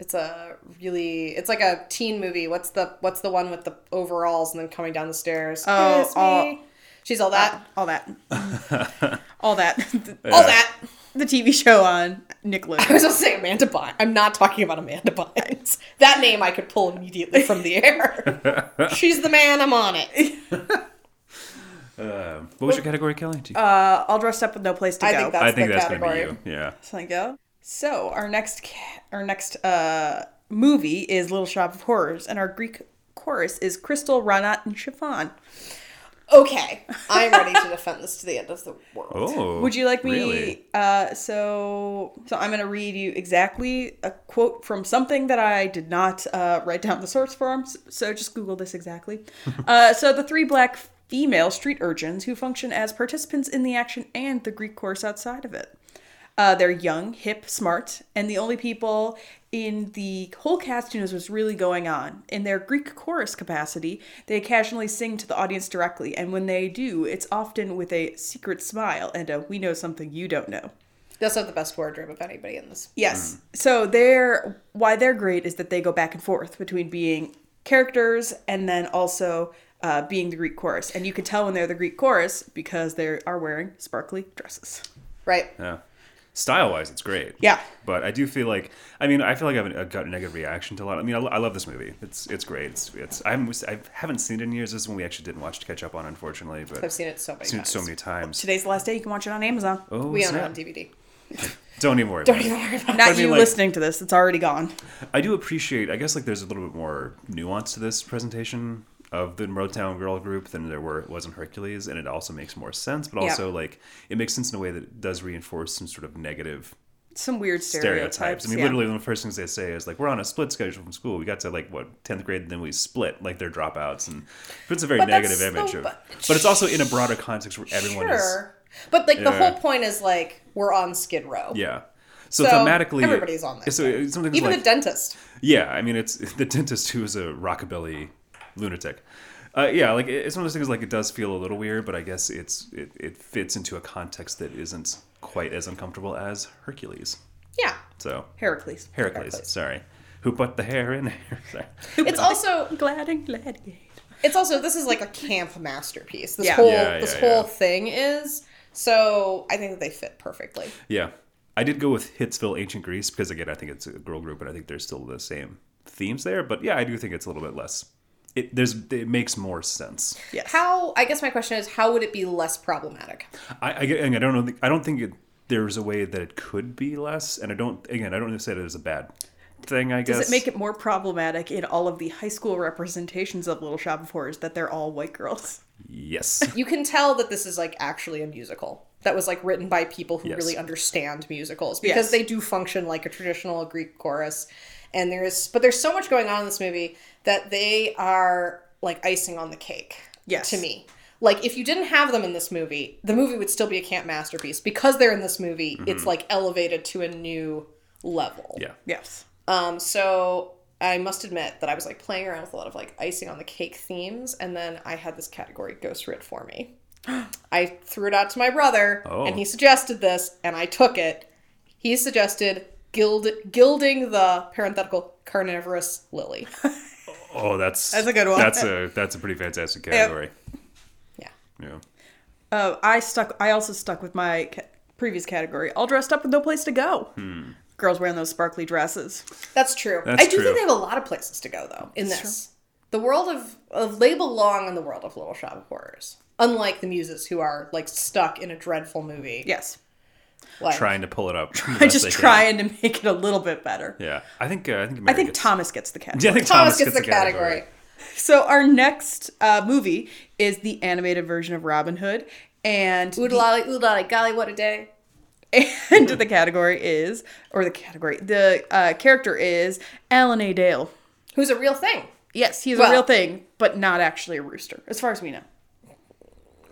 Speaker 2: it's a really it's like a teen movie. What's the what's the one with the overalls and then coming down the stairs?
Speaker 1: Oh,
Speaker 2: Kiss me.
Speaker 1: all-
Speaker 2: She's all that.
Speaker 1: all that. all that. The,
Speaker 2: all that.
Speaker 1: the TV show on Nickelodeon.
Speaker 2: I was gonna say Amanda Bynes. I'm not talking about Amanda Bynes. That name I could pull immediately from the air. She's the man, I'm on it.
Speaker 3: Um, what was your category, Kelly? Do you-
Speaker 1: Uh, all dressed up with no place to
Speaker 2: I
Speaker 1: go.
Speaker 2: think that's
Speaker 3: I think
Speaker 2: the
Speaker 3: that's
Speaker 2: category.
Speaker 3: going to be you. Yeah.
Speaker 1: Something go. So our next ca- our next uh, movie is Little Shop of Horrors, and our Greek chorus is Crystal, Ranat, and Chiffon.
Speaker 2: Okay. I'm ready to defend this to the end of the world.
Speaker 3: Oh.
Speaker 1: Would you like me?
Speaker 3: Really?
Speaker 1: Uh, so, so I'm gonna read you exactly a quote from something that I did not uh, write down the source for. s- So just Google this exactly. uh, so the three black female street urchins who function as participants in the action and the Greek chorus outside of it. Uh, they're young, hip, smart, and the only people in the whole cast who knows what's really going on. In their Greek chorus capacity, they occasionally sing to the audience directly, and when they do, it's often with a secret smile and a "We know something you don't know."
Speaker 2: They also have the best wardrobe of anybody in this.
Speaker 1: Yes. So they're why they're great is that they go back and forth between being characters and then also uh, being the Greek chorus, and you can tell when they're the Greek chorus because they are wearing sparkly dresses.
Speaker 2: Right.
Speaker 3: Yeah. Style wise, it's great.
Speaker 1: Yeah.
Speaker 3: But I do feel like, I mean, I feel like I have a, got a negative reaction to a lot. I mean, I, lo- I love this movie. It's it's great. It's, it's I'm I haven't seen it in years. This is one we actually didn't watch to catch up on, unfortunately. But
Speaker 2: I've seen it so many
Speaker 3: seen it
Speaker 2: times.
Speaker 3: so many times.
Speaker 1: Today's the last day you can watch it on Amazon.
Speaker 3: Oh,
Speaker 2: we own it
Speaker 3: snap.
Speaker 2: on DVD.
Speaker 3: Don't even worry. about it.
Speaker 1: Not
Speaker 3: I mean,
Speaker 1: you
Speaker 3: like-
Speaker 1: listening to this; it's already gone.
Speaker 3: I do appreciate. I guess like there's a little bit more nuance to this presentation of the Motown Girl group than there were was in Hercules, and it also makes more sense. But
Speaker 1: Yeah.
Speaker 3: also like it makes sense in a way that does reinforce some sort of negative
Speaker 1: Some weird
Speaker 3: stereotypes.
Speaker 1: stereotypes.
Speaker 3: I mean,
Speaker 1: yeah.
Speaker 3: literally, one of the first things they say is like, "We're on a split schedule from school. We got to like what tenth grade, and then we split." Like they're dropouts, and but it's a very
Speaker 2: But that's
Speaker 3: negative image
Speaker 2: so-
Speaker 3: of.
Speaker 2: but-
Speaker 3: But it's also in a broader context where everyone is.
Speaker 2: Sure. But like the
Speaker 3: Yeah.
Speaker 2: whole point is like we're on Skid Row.
Speaker 3: Yeah. So,
Speaker 2: So,
Speaker 3: thematically,
Speaker 2: everybody's on that
Speaker 3: So it's something
Speaker 2: Even
Speaker 3: like,
Speaker 2: the dentist.
Speaker 3: yeah, I mean, it's the dentist who is a rockabilly lunatic. Uh, yeah, like it- it's one of those things. Like it does feel a little weird, but I guess it's it, it fits into a context that isn't quite as uncomfortable as Hercules.
Speaker 2: Yeah.
Speaker 3: So
Speaker 1: Heracles.
Speaker 3: Heracles,
Speaker 2: Heracles.
Speaker 3: sorry, who put the hair in there? Sorry.
Speaker 2: It's also
Speaker 1: Glad and gladiator.
Speaker 2: it's also this is like a camp masterpiece. This
Speaker 1: Yeah.
Speaker 2: whole
Speaker 3: Yeah,
Speaker 2: this
Speaker 3: yeah,
Speaker 2: whole
Speaker 3: yeah.
Speaker 2: thing is. So I think that they fit perfectly.
Speaker 3: Yeah. I did go with Hitsville Ancient Greece because again I think it's a girl group and I think there's still the same themes there, but yeah, I do think it's a little bit less it there's it makes more sense.
Speaker 1: Yes.
Speaker 2: How I guess my question is how would it be less problematic?
Speaker 3: I I, get- and I don't know I don't think it, there's a way that it could be less and I don't again I don't say that it's a bad thing I guess.
Speaker 1: does it make it more problematic in all of the high school representations of Little Shop of Horrors that they're all white girls?
Speaker 3: Yes.
Speaker 2: You can tell that this is like actually a musical that was like written by people who
Speaker 3: Yes.
Speaker 2: really understand musicals because
Speaker 1: Yes.
Speaker 2: they do function like a traditional Greek chorus. And there is, but there's so much going on in this movie that they are like icing on the cake.
Speaker 1: Yes.
Speaker 2: To me. Like if you didn't have them in this movie, the movie would still be a camp masterpiece. Because they're in this movie, it's like elevated to a new level.
Speaker 3: yeah.
Speaker 1: Yes.
Speaker 2: Um, so I must admit that I was like playing around with a lot of like icing on the cake themes, and then I had this category ghost writ for me. I threw it out to my brother,
Speaker 3: Oh.
Speaker 2: and he suggested this, and I took it. He suggested gild gilding the parenthetical carnivorous lily.
Speaker 3: Oh, that's
Speaker 1: That's a good one.
Speaker 3: That's a that's a pretty fantastic category.
Speaker 2: Yeah,
Speaker 3: Yeah.
Speaker 1: Uh, I stuck. I also stuck with my ca- previous category, all dressed up with no place to go.
Speaker 3: Hmm.
Speaker 1: Girls wearing those sparkly dresses.
Speaker 2: that's true.
Speaker 3: That's
Speaker 2: I do
Speaker 3: true.
Speaker 2: think they have a lot of places to go though in this. The world of, of they belong in the world of Little Shop of Horrors. Unlike the muses who are like stuck in a dreadful movie.
Speaker 1: Yes.
Speaker 2: Like,
Speaker 3: trying to pull it up.
Speaker 1: I'm just trying to make it a little bit better.
Speaker 3: Yeah, I think uh, I think
Speaker 1: I
Speaker 3: Mary
Speaker 1: think
Speaker 3: gets-
Speaker 1: Thomas gets the cat.
Speaker 3: Yeah, I think
Speaker 2: Thomas, gets, the category.
Speaker 1: So our next uh, movie is the animated version of Robin Hood, and
Speaker 2: Oodalolly, oodalolly, golly, what a day.
Speaker 1: and the category is, or the category, the uh, character is Alan A. Dale.
Speaker 2: Who's a real thing.
Speaker 1: Yes, he's
Speaker 2: Well-
Speaker 1: a real thing, but not actually a rooster, as far as we know.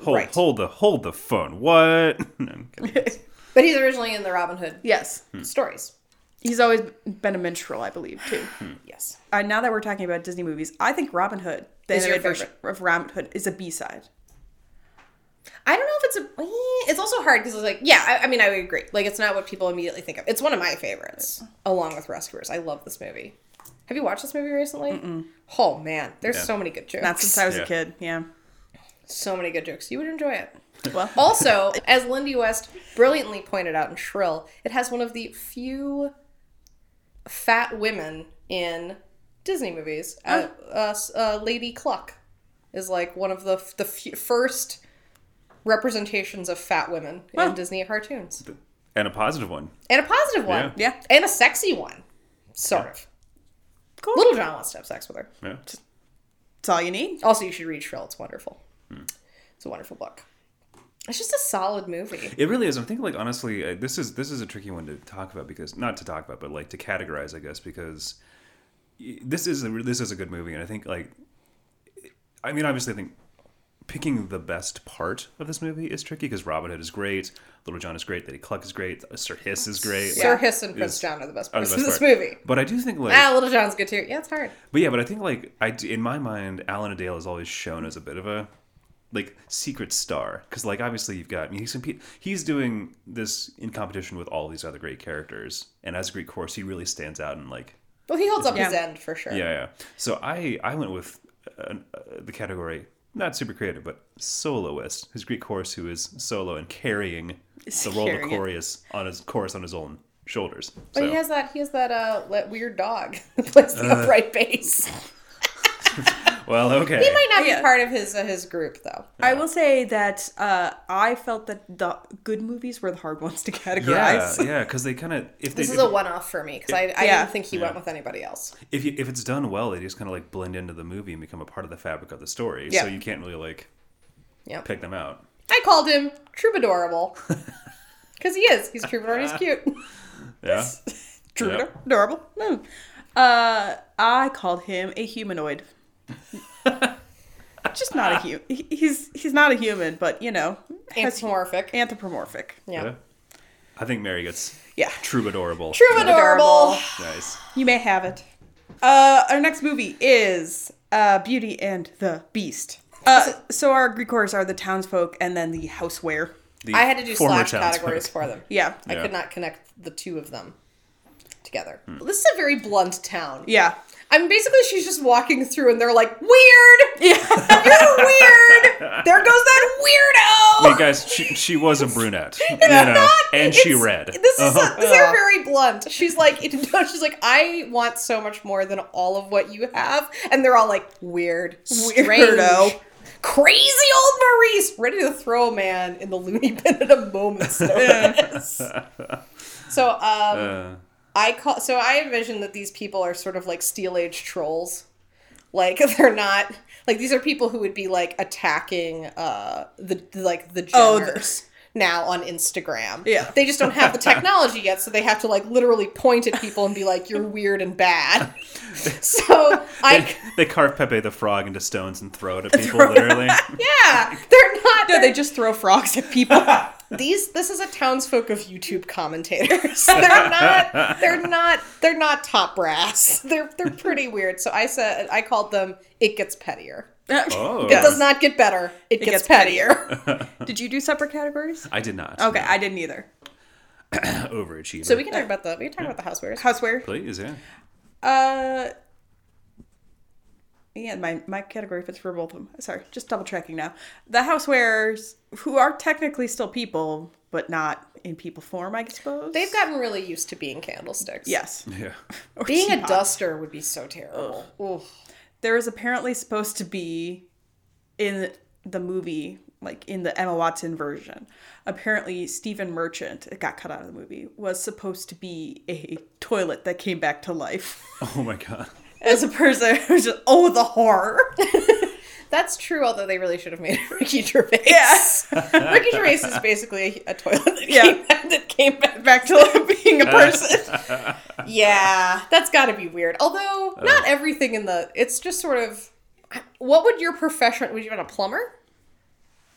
Speaker 3: Hold,
Speaker 2: Right.
Speaker 3: hold the hold the phone. What? No, I'm kidding.
Speaker 2: But he's originally in the Robin Hood
Speaker 1: Yes,
Speaker 2: stories.
Speaker 1: he's always been a minstrel, I believe, too.
Speaker 2: Yes.
Speaker 1: Uh, now that we're talking about Disney movies, I think Robin Hood, the
Speaker 2: Is your
Speaker 1: animated version of Robin Hood, is a B side.
Speaker 2: I don't know if it's a. eh, It's also hard because it's like, yeah, I, I mean, I would agree. Like, it's not what people immediately think of. It's one of my favorites, along with Rescuers. I love this movie. Have you watched this movie recently? Oh man, there's
Speaker 3: Yeah.
Speaker 2: so many good jokes.
Speaker 1: Not since I was
Speaker 3: Yeah.
Speaker 1: a kid. Yeah.
Speaker 2: so many good jokes. You would enjoy it.
Speaker 1: Well,
Speaker 2: Also, as Lindy West brilliantly pointed out in Shrill, it has one of the few fat women in Disney movies. Uh, uh, uh, Lady Cluck is like one of the the f- first representations of fat women in Disney cartoons,
Speaker 3: and a positive one.
Speaker 2: and a positive one,
Speaker 1: Yeah. Yeah.
Speaker 2: and a sexy one, sort of.
Speaker 1: Cool.
Speaker 2: Little John wants to have sex with her.
Speaker 3: Yeah.
Speaker 1: that's all you need.
Speaker 2: Also, you should read Shrill. It's wonderful. It's a wonderful book. It's just a solid movie.
Speaker 3: It really is. I'm thinking like honestly, uh, this is this is a tricky one to talk about because not to talk about, but like to categorize, I guess, because y- this is a, re- this is a good movie, and I think like, I mean, obviously, I think picking the best part of this movie is tricky because Robin Hood is great, Little John is great, Lady Cluck is great, Sir Hiss is great.
Speaker 2: Sir
Speaker 1: Yeah.
Speaker 2: Hiss and
Speaker 3: Is-
Speaker 2: Prince John are the best
Speaker 3: are the
Speaker 2: parts
Speaker 3: best
Speaker 2: of this
Speaker 3: part.
Speaker 2: movie.
Speaker 3: But I do think like
Speaker 2: Ah, Little John's good too. Yeah, it's hard.
Speaker 3: But yeah, but I think like I d- in my mind, Alan Adale is always shown as a bit of a like secret star because like obviously you've got I mean, he's compete he's doing this in competition with all these other great characters, and as a Greek chorus, he really stands out and like
Speaker 2: Well, he holds up his
Speaker 1: Yeah.
Speaker 2: end for sure.
Speaker 3: yeah yeah. So I I went with uh, uh, the category not super creative but soloist his Greek chorus who is solo and carrying the role of
Speaker 1: carrying it.
Speaker 3: chorus on his chorus on his own shoulders.
Speaker 2: But
Speaker 3: So Uh.
Speaker 2: he has that. He has that uh, that weird dog that plays the upright bass.
Speaker 3: well okay.
Speaker 2: He might not
Speaker 1: Yeah.
Speaker 2: be part of his uh, his group though.
Speaker 1: I will say that uh, I felt that the good movies were the hard ones to
Speaker 3: yeah,
Speaker 1: categorize.
Speaker 3: yeah, because they kind of if they
Speaker 2: This is
Speaker 3: if-
Speaker 2: a one off for me because I, I
Speaker 1: Yeah.
Speaker 2: didn't think he went with anybody else.
Speaker 3: if you, if it's done well, they just kind of like blend into the movie and become a part of the fabric of the story.
Speaker 2: Yeah.
Speaker 3: So you can't really like
Speaker 2: Yep.
Speaker 3: pick them out.
Speaker 2: I called him Troubadourable because he is. He's troubadour. and He's cute.
Speaker 3: Yeah.
Speaker 1: True,
Speaker 3: Yep.
Speaker 1: adorable. Mm. Uh, I called him a humanoid. Just not a human. He's he's not a human, but you know, has-
Speaker 2: Anthropomorphic.
Speaker 1: anthropomorphic.
Speaker 2: yeah.
Speaker 3: I think Mary gets
Speaker 1: Yeah,
Speaker 3: troubadourable.
Speaker 2: Troubadourable.
Speaker 1: Troubadourable.
Speaker 3: Nice.
Speaker 1: you may have it. Uh, our next movie is uh, Beauty and the Beast. Uh, so our Greek chorus are the townsfolk and then the houseware.
Speaker 3: The
Speaker 2: I had to do
Speaker 3: former
Speaker 2: slash
Speaker 3: townsfolk.
Speaker 2: categories for them.
Speaker 1: Yeah,
Speaker 2: I
Speaker 3: Yeah.
Speaker 2: could not connect the two of them together. This is a very blunt town.
Speaker 1: yeah,
Speaker 2: I mean, basically, she's just walking through, and they're like, "Weird,
Speaker 1: yeah.
Speaker 2: you're weird. There goes that weirdo."
Speaker 3: Wait, guys, she, she was a brunette, you know, and she
Speaker 2: It's-
Speaker 3: read.
Speaker 2: This is
Speaker 3: Uh-huh.
Speaker 2: these are very blunt. She's like, it- no, she's like, I want so much more than all of what you have, and they're all like, weird, strange,
Speaker 1: Weirdo.
Speaker 2: crazy old Maurice, ready to throw a man in the loony bin at a moment's notice. so, um,
Speaker 3: Uh,
Speaker 2: I call so I envision that these people are sort of like steel age trolls. Like they're not like these are people who would be like attacking uh the like the
Speaker 1: Oh, the-
Speaker 2: Jenners now on Instagram.
Speaker 1: Yeah.
Speaker 2: They just don't have the technology yet, so they have to like literally point at people and be like, You're weird and bad. so I
Speaker 3: they carve Pepe the Frog into stones and throw it at people, literally.
Speaker 2: Yeah. They're not
Speaker 1: No, they just throw frogs at people.
Speaker 2: these this is a townsfolk of YouTube commentators. they're not they're not they're not top brass. They're they're pretty weird. So I said I called them it gets pettier.
Speaker 3: Oh,
Speaker 2: It does not get better. It,
Speaker 1: gets
Speaker 2: gets, pettier.
Speaker 1: Did you do separate categories?
Speaker 3: I did not.
Speaker 1: Okay, I didn't either.
Speaker 3: Overachiever.
Speaker 2: So we can talk about the we can talk about the housewares.
Speaker 1: Houseware.
Speaker 3: Please, yeah.
Speaker 1: Uh, yeah, my my category fits for both of them. Sorry, just double checking now. The housewares, who are technically still people, but not in people form, I suppose.
Speaker 2: They've gotten really used to being candlesticks.
Speaker 1: yes,
Speaker 3: Yeah.
Speaker 1: Or
Speaker 2: Being a
Speaker 1: teapots.
Speaker 2: duster would be so terrible. Oof.
Speaker 1: there is apparently supposed to be in the movie, like in the Emma Watson version, apparently Stephen Merchant, it got cut out of the movie, was supposed to be a toilet that came back to life.
Speaker 3: Oh my god.
Speaker 1: As a person, it was just, oh, the horror.
Speaker 2: That's true, although they really should have made it Ricky Gervais.
Speaker 1: Yes.
Speaker 2: Ricky Gervais is basically a, a toilet that,
Speaker 1: Yeah.
Speaker 2: came back, that came back,
Speaker 1: back to being a person.
Speaker 2: Yeah, that's got to be weird. Although not everything in the it's just sort of what would your profession? Would you been a plumber?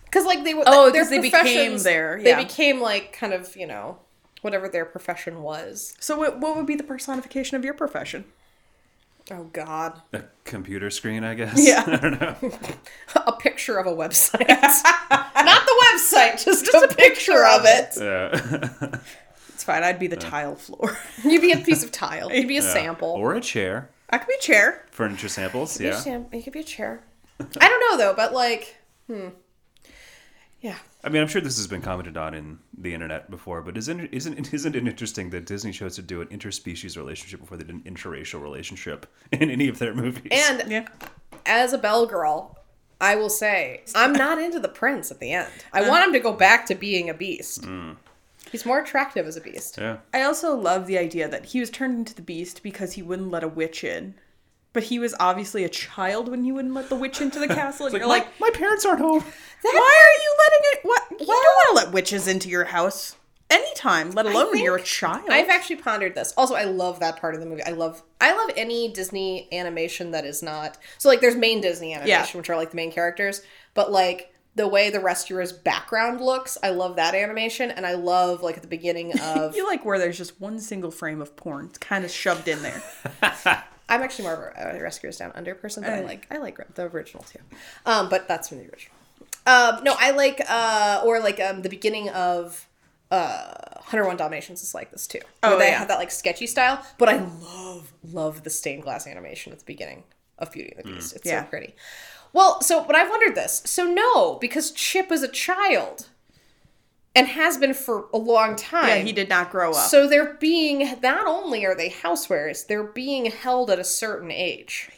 Speaker 2: Because like they would.
Speaker 1: Oh,
Speaker 2: their
Speaker 1: 'cause they became
Speaker 2: professions-
Speaker 1: there, yeah.
Speaker 2: They became like kind of you know whatever their profession was.
Speaker 1: so, what, what would be the personification of your profession?
Speaker 2: Oh God,
Speaker 3: A computer screen, I guess.
Speaker 1: Yeah.
Speaker 3: I don't know.
Speaker 2: a picture of a website, not the website, just, a, picture, of it.
Speaker 3: Yeah.
Speaker 1: It's fine. I'd be the tile floor.
Speaker 2: You'd be a piece of tile. You'd be a sample.
Speaker 3: Or a chair.
Speaker 1: I could be chair.
Speaker 3: Furniture samples.
Speaker 2: Be a
Speaker 3: Yeah.
Speaker 2: sam- it could be a chair. I don't know though, but like, hmm, yeah.
Speaker 3: I mean, I'm sure this has been commented on in the internet before, but isn't isn't isn't it interesting that Disney chose to do an interspecies relationship before they did an interracial relationship in any of their movies?
Speaker 2: And
Speaker 1: Yeah.
Speaker 2: as a bell girl, I will say I'm not into the prince at the end. I want him to go back to being a beast. He's more attractive as a beast.
Speaker 3: yeah,
Speaker 1: I also love the idea that he was turned into the beast because he wouldn't let a witch in. But he was obviously a child when he wouldn't let the witch into the castle. And you're like,
Speaker 3: my parents aren't home.
Speaker 1: why are you letting it? What? You don't want to let witches into your house anytime, let alone when you're a child.
Speaker 2: I've actually pondered this. Also, I love that part of the movie. I love I love any Disney animation that is not so like there's main Disney animation,
Speaker 1: Yeah.
Speaker 2: which are like the main characters, but like the way the rescuer's background looks, I love that animation, and I love like at the beginning of
Speaker 1: you like where there's just one single frame of porn. It's kind of shoved in there.
Speaker 2: I'm actually more of a Rescuers Down Under person, but I like I like the original too. Um, but that's from the original. Um, no, I like uh, or like um, the beginning of uh, 101 Dalmatians is like this too. Where
Speaker 1: Oh,
Speaker 2: they
Speaker 1: yeah.
Speaker 2: have that like sketchy style, but I love love the stained glass animation at the beginning of Beauty and the Beast. It's
Speaker 1: Mm. Yeah.
Speaker 2: so pretty. Well, so but I've wondered this. So no, because Chip is a child and has been for a long time.
Speaker 1: Yeah, he did not grow up.
Speaker 2: So they're being not only are they housewares, they're being held at a certain age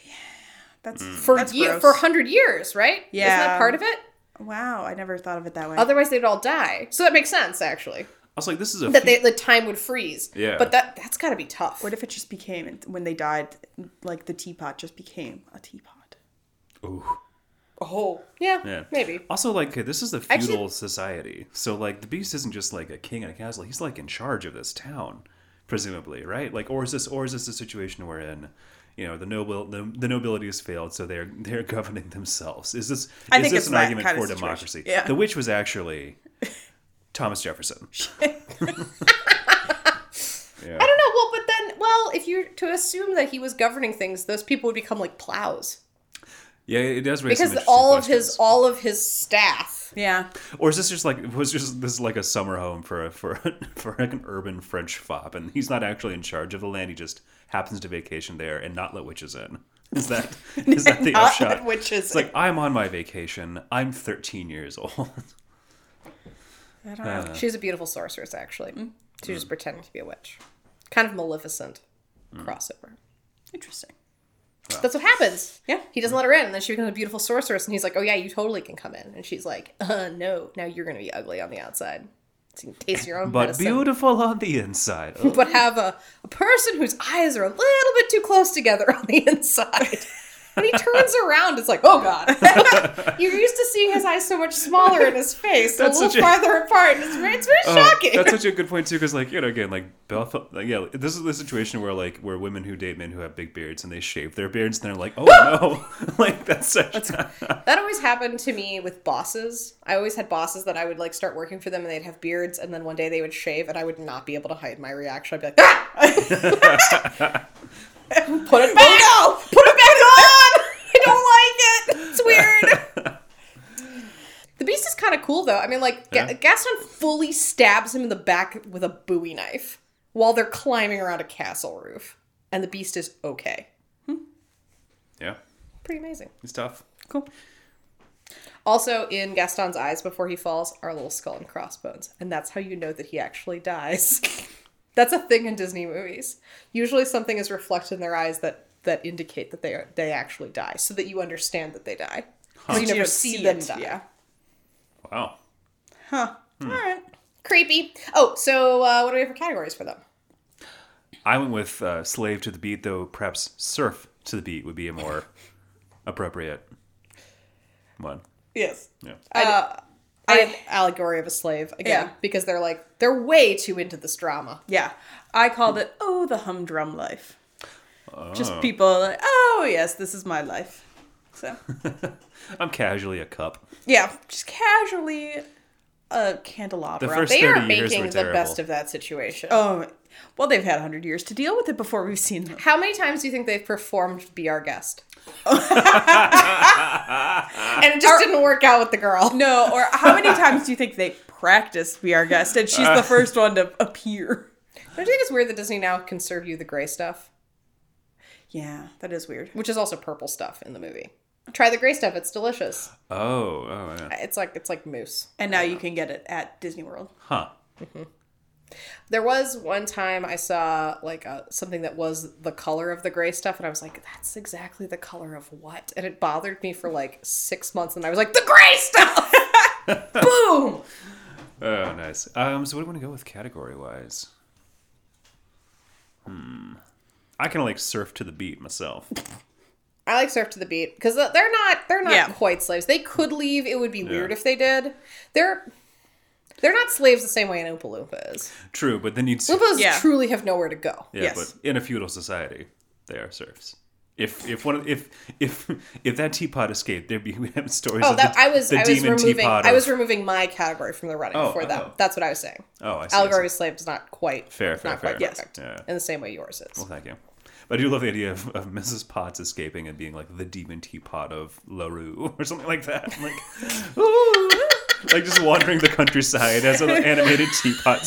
Speaker 1: that's
Speaker 2: for
Speaker 1: that's
Speaker 2: ye-
Speaker 1: gross.
Speaker 2: for hundred years, right? isn't that
Speaker 1: Yeah.
Speaker 2: part of it?
Speaker 1: wow, I never thought of it that way.
Speaker 2: Otherwise, they'd all die. So that makes sense, actually,
Speaker 3: I was like, this is a
Speaker 2: that
Speaker 3: fe-
Speaker 2: they, the time would freeze.
Speaker 3: Yeah.
Speaker 2: but that that's got to be tough.
Speaker 1: what if it just became when they died, like the teapot just became a teapot?
Speaker 3: Ooh.
Speaker 2: oh, yeah,
Speaker 3: Yeah.
Speaker 2: maybe.
Speaker 3: Also, like this is the
Speaker 2: Actually-
Speaker 3: feudal society, so like the beast isn't just like a king in a castle; he's like in charge of this town, presumably, right? Like, or is this, or is this a situation we're in? You know, the noble, the, the nobility has failed, so they're they're governing themselves. Is this
Speaker 1: I
Speaker 3: is
Speaker 1: think
Speaker 3: this
Speaker 1: it's
Speaker 3: an
Speaker 1: that
Speaker 3: argument
Speaker 1: kind of
Speaker 3: for
Speaker 1: situation.
Speaker 3: democracy?
Speaker 1: Yeah.
Speaker 3: The witch was actually Thomas Jefferson. yeah.
Speaker 2: I don't know. Well, but then, well, if you're to assume that he was governing things, those people would become like plows
Speaker 3: yeah, it does raise some
Speaker 2: because
Speaker 3: interesting
Speaker 2: all of
Speaker 3: questions.
Speaker 2: his all of his staff.
Speaker 1: Yeah,
Speaker 3: Or is this just like was just this is like a summer home for a for for like an urban French fop, and he's not actually in charge of the land. He just happens to vacation there and not let witches in. Is that is that the
Speaker 1: Not
Speaker 3: upshot?
Speaker 1: let witches
Speaker 3: It's like I'm on my vacation. I'm 13 years old.
Speaker 1: I don't know.
Speaker 2: She's a beautiful sorceress, actually. She's just pretending to be a witch, kind of Maleficent crossover.
Speaker 1: Interesting.
Speaker 2: That's what happens.
Speaker 1: Yeah.
Speaker 2: He doesn't let her in, and then she becomes a beautiful sorceress, and he's like, "Oh yeah, you totally can come in." And she's like, "Uh, no, now you're gonna be ugly on the outside. So you can taste your own
Speaker 3: but
Speaker 2: medicine,
Speaker 3: beautiful on the inside. Oh,
Speaker 2: but have a, a person whose eyes are a little bit too close together on the inside." When he turns around, it's like, oh god! You're used to seeing his eyes so much smaller in his face, a
Speaker 3: That's
Speaker 2: little
Speaker 3: such a-
Speaker 2: farther apart. and It's very, it's very
Speaker 3: Oh,
Speaker 2: shocking.
Speaker 3: That's such a good point too, because like you know, again, like Belfast, like, yeah, this is the situation where like where women who date men who have big beards and they shave their beards, and they're like, oh no, like that's such.
Speaker 2: That always happened to me with bosses. I always had bosses that I would like start working for them and they'd have beards and then one day they would shave and I would not be able to hide my reaction. I'd be like, ah! Put it back! Oh, no! Put it back on! I don't like it! It's weird! the beast is kind of cool though. I mean, like, Ga-
Speaker 3: Yeah.
Speaker 2: Gaston fully stabs him in the back with a bowie knife while they're climbing around a castle roof. And the beast is okay.
Speaker 3: yeah,
Speaker 2: Pretty amazing.
Speaker 3: it's tough.
Speaker 1: Cool.
Speaker 2: Also, in Gaston's eyes before he falls are little skull and crossbones, and that's how you know that he actually dies. that's a thing in Disney movies. Usually, something is reflected in their eyes that that indicate that they are, they actually die, so that you understand that they die. So
Speaker 1: But
Speaker 2: You never see, them die.
Speaker 1: Yeah.
Speaker 3: Wow.
Speaker 1: Huh. All right.
Speaker 2: Creepy. Oh, so uh, what do we have for categories for them?
Speaker 3: I went with uh, slave to the beat, though perhaps surf to the beat would be a more appropriate one.
Speaker 1: Yes.
Speaker 3: Yeah.
Speaker 2: I have allegory of a slave again
Speaker 1: Yeah.
Speaker 2: because they're like they're way too into this drama.
Speaker 1: Yeah. I called it, oh, the humdrum life. Just people like, oh, yes, this is my life. So,
Speaker 3: I'm casually a cup.
Speaker 1: yeah, just casually a candelabra.
Speaker 3: The first
Speaker 2: They are
Speaker 3: 30 years
Speaker 2: making
Speaker 3: were
Speaker 2: the
Speaker 3: terrible.
Speaker 2: best of that situation.
Speaker 1: oh, well, they've had 100 years to deal with it before we've seen them.
Speaker 2: How many times do you think they've performed "Be Our Guest"? and it just didn't work out with the girl.
Speaker 1: No, or how many times do you think they practiced Be Our Guest and
Speaker 3: Uh.
Speaker 1: she's the first one to appear?
Speaker 2: Don't you think it's weird that Disney now can serve you the gray stuff,
Speaker 1: Yeah, that is weird.
Speaker 2: which is also purple stuff in the movie? Try the gray stuff; it's delicious.
Speaker 3: Oh, oh, yeah.
Speaker 2: It's like it's like mousse.
Speaker 1: And now you can get it at Disney World.
Speaker 3: Huh.
Speaker 2: There was one time I saw like a, something that was the color of the gray stuff, and I was like, "That's exactly the color of what?" And it bothered me for like six months, and I was like, "The gray stuff!" Boom!
Speaker 3: Oh, nice. Um, so what do you want to go with category wise? Hmm. I kind of like surf to the beat myself.
Speaker 2: I like Surf to the Beat because they're not they're not
Speaker 1: Yeah.
Speaker 2: quite slaves. They could
Speaker 3: Mm.
Speaker 2: leave. It would be weird if they did. They're they're not slaves the same way an Oompa Loompa is.
Speaker 3: True, but then you'd see.
Speaker 2: Oompas
Speaker 1: Yeah.
Speaker 2: truly have nowhere to go.
Speaker 3: Yeah,
Speaker 1: Yes.
Speaker 3: but in a feudal society, they are serfs. If if one of- if if if that teapot escaped, there'd be we have stories.
Speaker 2: Oh,
Speaker 3: of
Speaker 2: that
Speaker 3: the,
Speaker 2: I was
Speaker 3: the
Speaker 2: I was
Speaker 3: demon
Speaker 2: removing
Speaker 3: teapot.
Speaker 2: I was
Speaker 3: of-
Speaker 2: removing my category from the running
Speaker 3: Oh,
Speaker 2: for them.
Speaker 3: oh.
Speaker 2: That's what I was saying.
Speaker 3: oh, I see. I see.
Speaker 2: Allegory of slave is not quite
Speaker 3: Fair, fair,
Speaker 2: not
Speaker 3: fair.
Speaker 2: quite
Speaker 3: Yes.
Speaker 2: perfect
Speaker 3: Yeah.
Speaker 2: in the same way yours is.
Speaker 3: Well, thank you. But I do love the idea of, of Mrs. Potts escaping and being like the demon teapot of LaRue or something like that. I'm Like, ooh, like just wandering the countryside as an animated teapot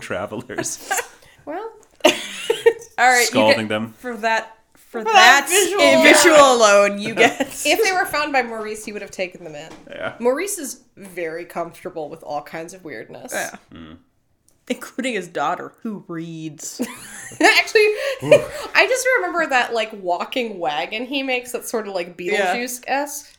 Speaker 3: travelers,
Speaker 2: Well,
Speaker 1: All right, you
Speaker 3: scalding
Speaker 1: get-
Speaker 3: them.
Speaker 1: For that, for, that,
Speaker 2: that
Speaker 1: visual.
Speaker 2: visual.
Speaker 1: alone, you get.
Speaker 2: if they were found by Maurice, he would have taken them in.
Speaker 3: Yeah.
Speaker 2: Maurice is very comfortable with all kinds of weirdness.
Speaker 1: Yeah. Including his daughter, who reads.
Speaker 2: Actually, I just remember that like walking wagon he makes that's sort of like Beetlejuice esque.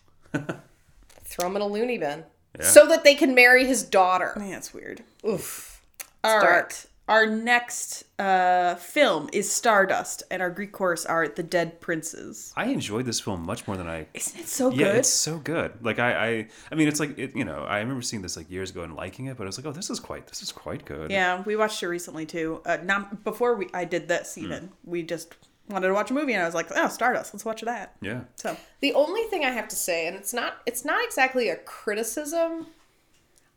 Speaker 2: Throw him in a loony bin
Speaker 3: Yeah.
Speaker 2: so that they can marry his daughter.
Speaker 1: Man, that's weird.
Speaker 2: Oof.
Speaker 1: All right,
Speaker 2: dark.
Speaker 1: Our next uh, film is Stardust, and our Greek chorus are The Dead Princes.
Speaker 3: I enjoyed this film much more than I
Speaker 1: Isn't it so
Speaker 3: Yeah,
Speaker 1: good?
Speaker 3: it's so good. Like I, I, I mean, it's like it, you know, I remember seeing this like years ago and liking it, but I was like, oh, this is quite, this is quite good.
Speaker 1: Yeah, we watched it recently too. Uh, not before we I did
Speaker 3: Hmm.
Speaker 1: this even. We just wanted to watch a movie, and I was like, "Oh, Stardust, let's watch that."
Speaker 3: yeah.
Speaker 1: So
Speaker 2: The only thing I have to say, and it's not it's not exactly a criticism.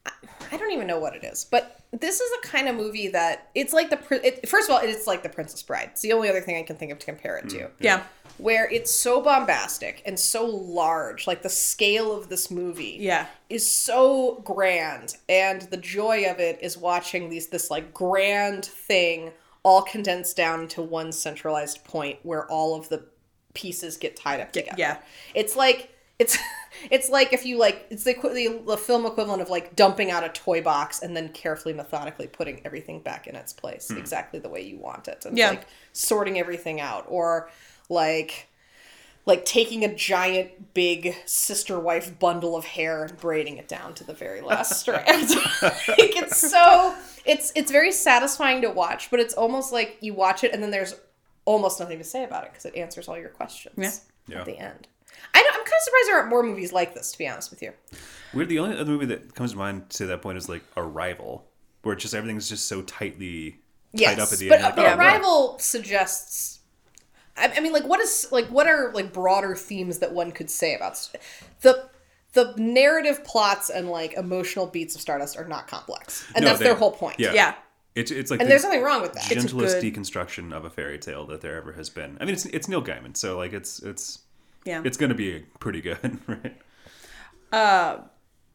Speaker 2: I, I don't even know what it is, but this is a kind of movie that it's like the pr- it, first of all, it's like the Princess Bride. It's the only other thing I can think of to compare it to.
Speaker 1: yeah,
Speaker 2: where it's so bombastic and so large like the scale of this movie
Speaker 1: Yeah.
Speaker 2: is so grand and the joy of it is watching these this like grand thing all condensed down to one centralized point where all of the pieces get tied up together
Speaker 1: yeah.
Speaker 2: it's like it's it's like if you like it's the, equi- the, the film equivalent of like dumping out a toy box and then carefully methodically putting everything back in its place exactly the way you want it and it's
Speaker 1: Yeah.
Speaker 2: like sorting everything out or like like taking a giant big sister wife bundle of hair and braiding it down to the very last strand like it's so it's it's very satisfying to watch but it's almost like you watch it and then there's almost nothing to say about it because it answers all your questions
Speaker 3: Yeah. Yeah.
Speaker 2: at the end. I don't, I'm kind of surprised there aren't more movies like this, to be honest with you.
Speaker 3: We're the only other movie that comes to mind to that point is like Arrival, where it's just everything's just so tightly
Speaker 2: Yes,
Speaker 3: tied up at the
Speaker 2: but,
Speaker 3: end. Like,
Speaker 2: but
Speaker 3: oh, wow.
Speaker 2: Arrival suggests. I, I mean, like, what is like what are like broader themes that one could say about st- the the narrative plots and like emotional beats of Stardust are not complex, and
Speaker 3: No,
Speaker 2: that's
Speaker 3: they-
Speaker 2: their whole point.
Speaker 3: Yeah.
Speaker 1: Yeah.
Speaker 3: It's it's like
Speaker 2: and
Speaker 3: the
Speaker 2: there's nothing wrong with that.
Speaker 1: a
Speaker 3: gentlest
Speaker 1: good-
Speaker 3: deconstruction of a fairy tale that there ever has been. I mean, it's it's Neil Gaiman, so like it's it's
Speaker 1: Yeah.
Speaker 3: it's gonna be pretty good, right?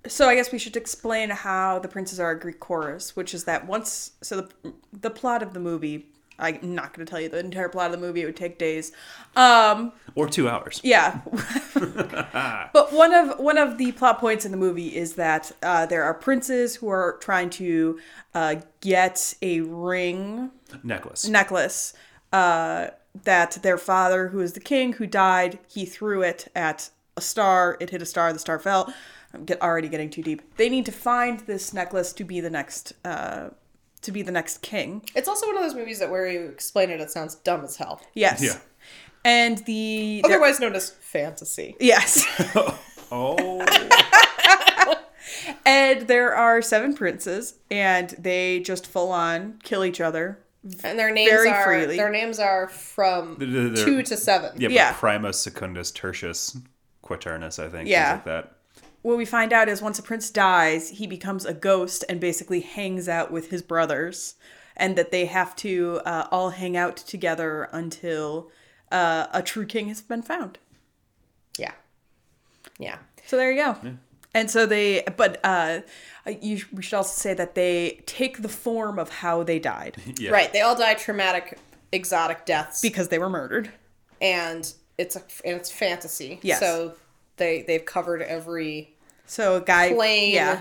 Speaker 1: So I guess we should explain how the princes are a Greek chorus, which is that once so the the plot of the movie. I'm not going to tell you the entire plot of the movie. It would take days. Um,
Speaker 3: Or two hours.
Speaker 1: Yeah. but one of one of the plot points in the movie is that uh, there are princes who are trying to uh, get a ring
Speaker 3: Necklace.
Speaker 1: necklace uh, that their father, who is the king, who died, he threw it at a star. It hit a star. The star fell. I'm get, already getting too deep. They need to find this necklace to be the next. Uh, to be the next king.
Speaker 2: It's also one of those movies that where you explain it, it sounds dumb as hell.
Speaker 1: Yes.
Speaker 3: Yeah.
Speaker 1: And the there-
Speaker 2: Otherwise known as fantasy.
Speaker 1: yes.
Speaker 3: Oh,
Speaker 1: and there are seven princes, and they just full on kill each other.
Speaker 2: And their names
Speaker 1: Very
Speaker 2: are
Speaker 1: freely.
Speaker 2: their names are from
Speaker 3: They're- they're- they're-
Speaker 2: two to seven.
Speaker 3: yeah,
Speaker 1: Yeah.
Speaker 3: But Primus, Secundus, Tertius, Quaternus, I think.
Speaker 1: Yeah.
Speaker 3: Things like that.
Speaker 1: What we find out is once a prince dies, he becomes a ghost and basically hangs out with his brothers, and that they have to uh, all hang out together until uh, a true king has been found.
Speaker 2: Yeah. Yeah.
Speaker 1: So there you go. And so they, but uh, you, we should also say that they take the form of how they died
Speaker 3: Yeah.
Speaker 2: Right. They all die traumatic, exotic deaths,
Speaker 1: because they were murdered.
Speaker 2: and it's a, and it's fantasy.
Speaker 1: Yes.
Speaker 2: So they they've covered every
Speaker 1: So a guy,
Speaker 2: Plain.
Speaker 1: yeah,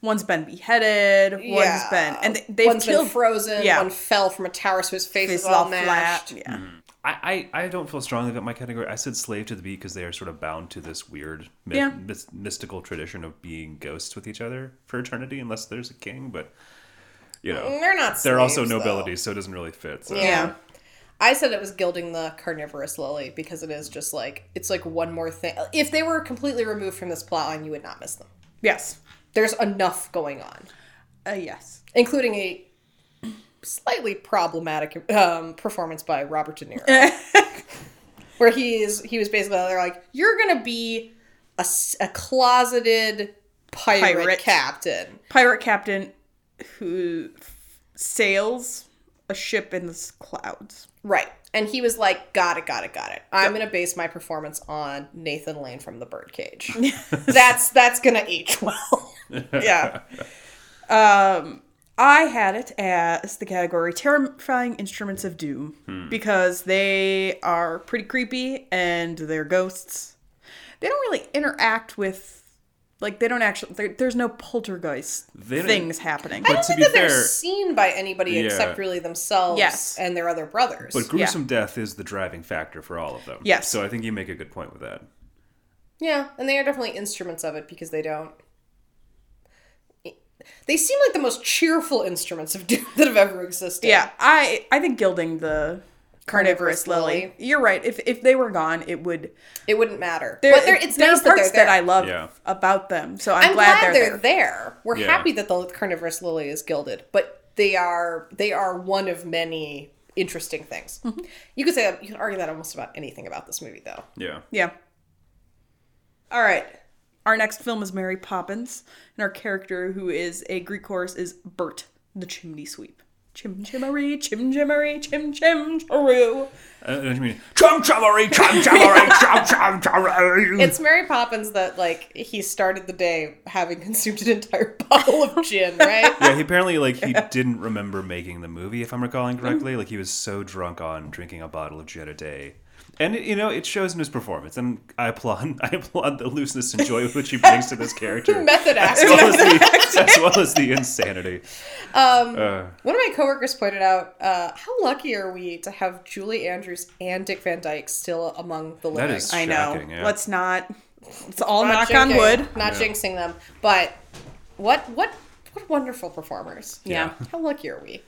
Speaker 1: one's been beheaded, one's
Speaker 2: yeah.
Speaker 1: been, and they, they've
Speaker 2: one's
Speaker 1: killed
Speaker 2: been frozen.
Speaker 1: yeah.
Speaker 2: One fell from a tower, so his face
Speaker 1: faces
Speaker 2: is all,
Speaker 1: all
Speaker 2: mashed.
Speaker 1: flat. Yeah,
Speaker 3: I, I, I don't feel strongly about my category. I said slave to the bee because they are sort of bound to this weird myth,
Speaker 1: Yeah.
Speaker 3: mys- mystical tradition of being ghosts with each other for eternity, unless there's a king. But you know,
Speaker 2: They're not.
Speaker 3: they're also
Speaker 2: Mm, slaves, though.
Speaker 3: nobility, so it doesn't really fit. So.
Speaker 2: Yeah. I said it was gilding the carnivorous lily because it is just like it's like one more thing. If they were completely removed from this plotline, you would not miss them.
Speaker 1: yes,
Speaker 2: There's enough going on.
Speaker 1: uh, yes.
Speaker 2: including a slightly problematic um, performance by Robert De Niro, where he is he was basically they're like, "You're gonna be a, s- a closeted pirate,
Speaker 1: Pirate.
Speaker 2: captain."
Speaker 1: Pirate captain who sails a ship in the s- clouds.
Speaker 2: Right. And he was like, got it, got it, got it. I'm gonna base my performance on Nathan Lane from The Birdcage. that's that's gonna age well.
Speaker 1: Yeah. um, I had it as the category terrifying instruments of doom
Speaker 3: Hmm.
Speaker 1: because they are pretty creepy and they're ghosts. They don't really interact with, like, they don't actually. there- There's no poltergeist
Speaker 3: They don't-
Speaker 1: things happening.
Speaker 2: I
Speaker 3: But
Speaker 2: don't
Speaker 3: to
Speaker 2: think
Speaker 3: be
Speaker 2: that they're
Speaker 3: fair-
Speaker 2: seen by anybody
Speaker 3: Yeah.
Speaker 2: except really themselves
Speaker 1: Yes.
Speaker 2: and their other brothers.
Speaker 3: But gruesome death is the driving factor for all of them.
Speaker 1: Yes.
Speaker 3: So I think you make a good point with that.
Speaker 2: Yeah, and they are definitely instruments of it because they don't. They seem like the most cheerful instruments of doom that have ever existed.
Speaker 1: yeah, I I think gilding the carnivorous,
Speaker 2: Carnivorous
Speaker 1: lily.
Speaker 2: lily.
Speaker 1: You're right. If if they were gone, it would.
Speaker 2: it wouldn't matter.
Speaker 1: There,
Speaker 2: but they're, it's
Speaker 1: there
Speaker 2: nice
Speaker 1: are
Speaker 2: that
Speaker 1: parts
Speaker 2: they're there.
Speaker 1: that I love
Speaker 3: Yeah.
Speaker 1: about them. So I'm,
Speaker 2: I'm glad, they're,
Speaker 1: there.
Speaker 2: there. We're
Speaker 3: Yeah.
Speaker 2: happy that the carnivorous lily is gilded, but they are they are one of many interesting things.
Speaker 1: Mm-hmm.
Speaker 2: You could say that, you can argue that almost about anything about this movie, though.
Speaker 3: Yeah.
Speaker 1: Yeah. All right. Our next film is Mary Poppins, and our character, who is a Greek chorus, is Bert, the chimney sweep. Chim chimmery, chim chimmery, chim chim chiroo.
Speaker 3: Uh, I mean, chum chummery, chum chummery, chum chum chummery.
Speaker 2: It's Mary Poppins that like he started the day having consumed an entire bottle of gin, right?
Speaker 3: yeah, he apparently like he didn't remember making the movie, if I'm recalling correctly. Like he was so drunk on drinking a bottle of gin a day, and you know it shows in his performance. And I applaud, I applaud the looseness and joy with which he brings to this character,
Speaker 2: Method
Speaker 3: as
Speaker 2: actor.
Speaker 3: well as the, as well as the insanity. Um,
Speaker 2: One of my coworkers pointed out, uh, how lucky are we to have Julie Andrews and Dick Van Dyke still among the living?
Speaker 3: that is
Speaker 1: I
Speaker 3: shocking.
Speaker 1: know.
Speaker 3: Yeah.
Speaker 1: Let's not. Let's all
Speaker 2: Not
Speaker 1: knock on
Speaker 2: jinxing-
Speaker 1: wood.
Speaker 2: Not
Speaker 3: Yeah.
Speaker 2: jinxing them, but what what what wonderful performers.
Speaker 1: Yeah.
Speaker 2: How lucky are we?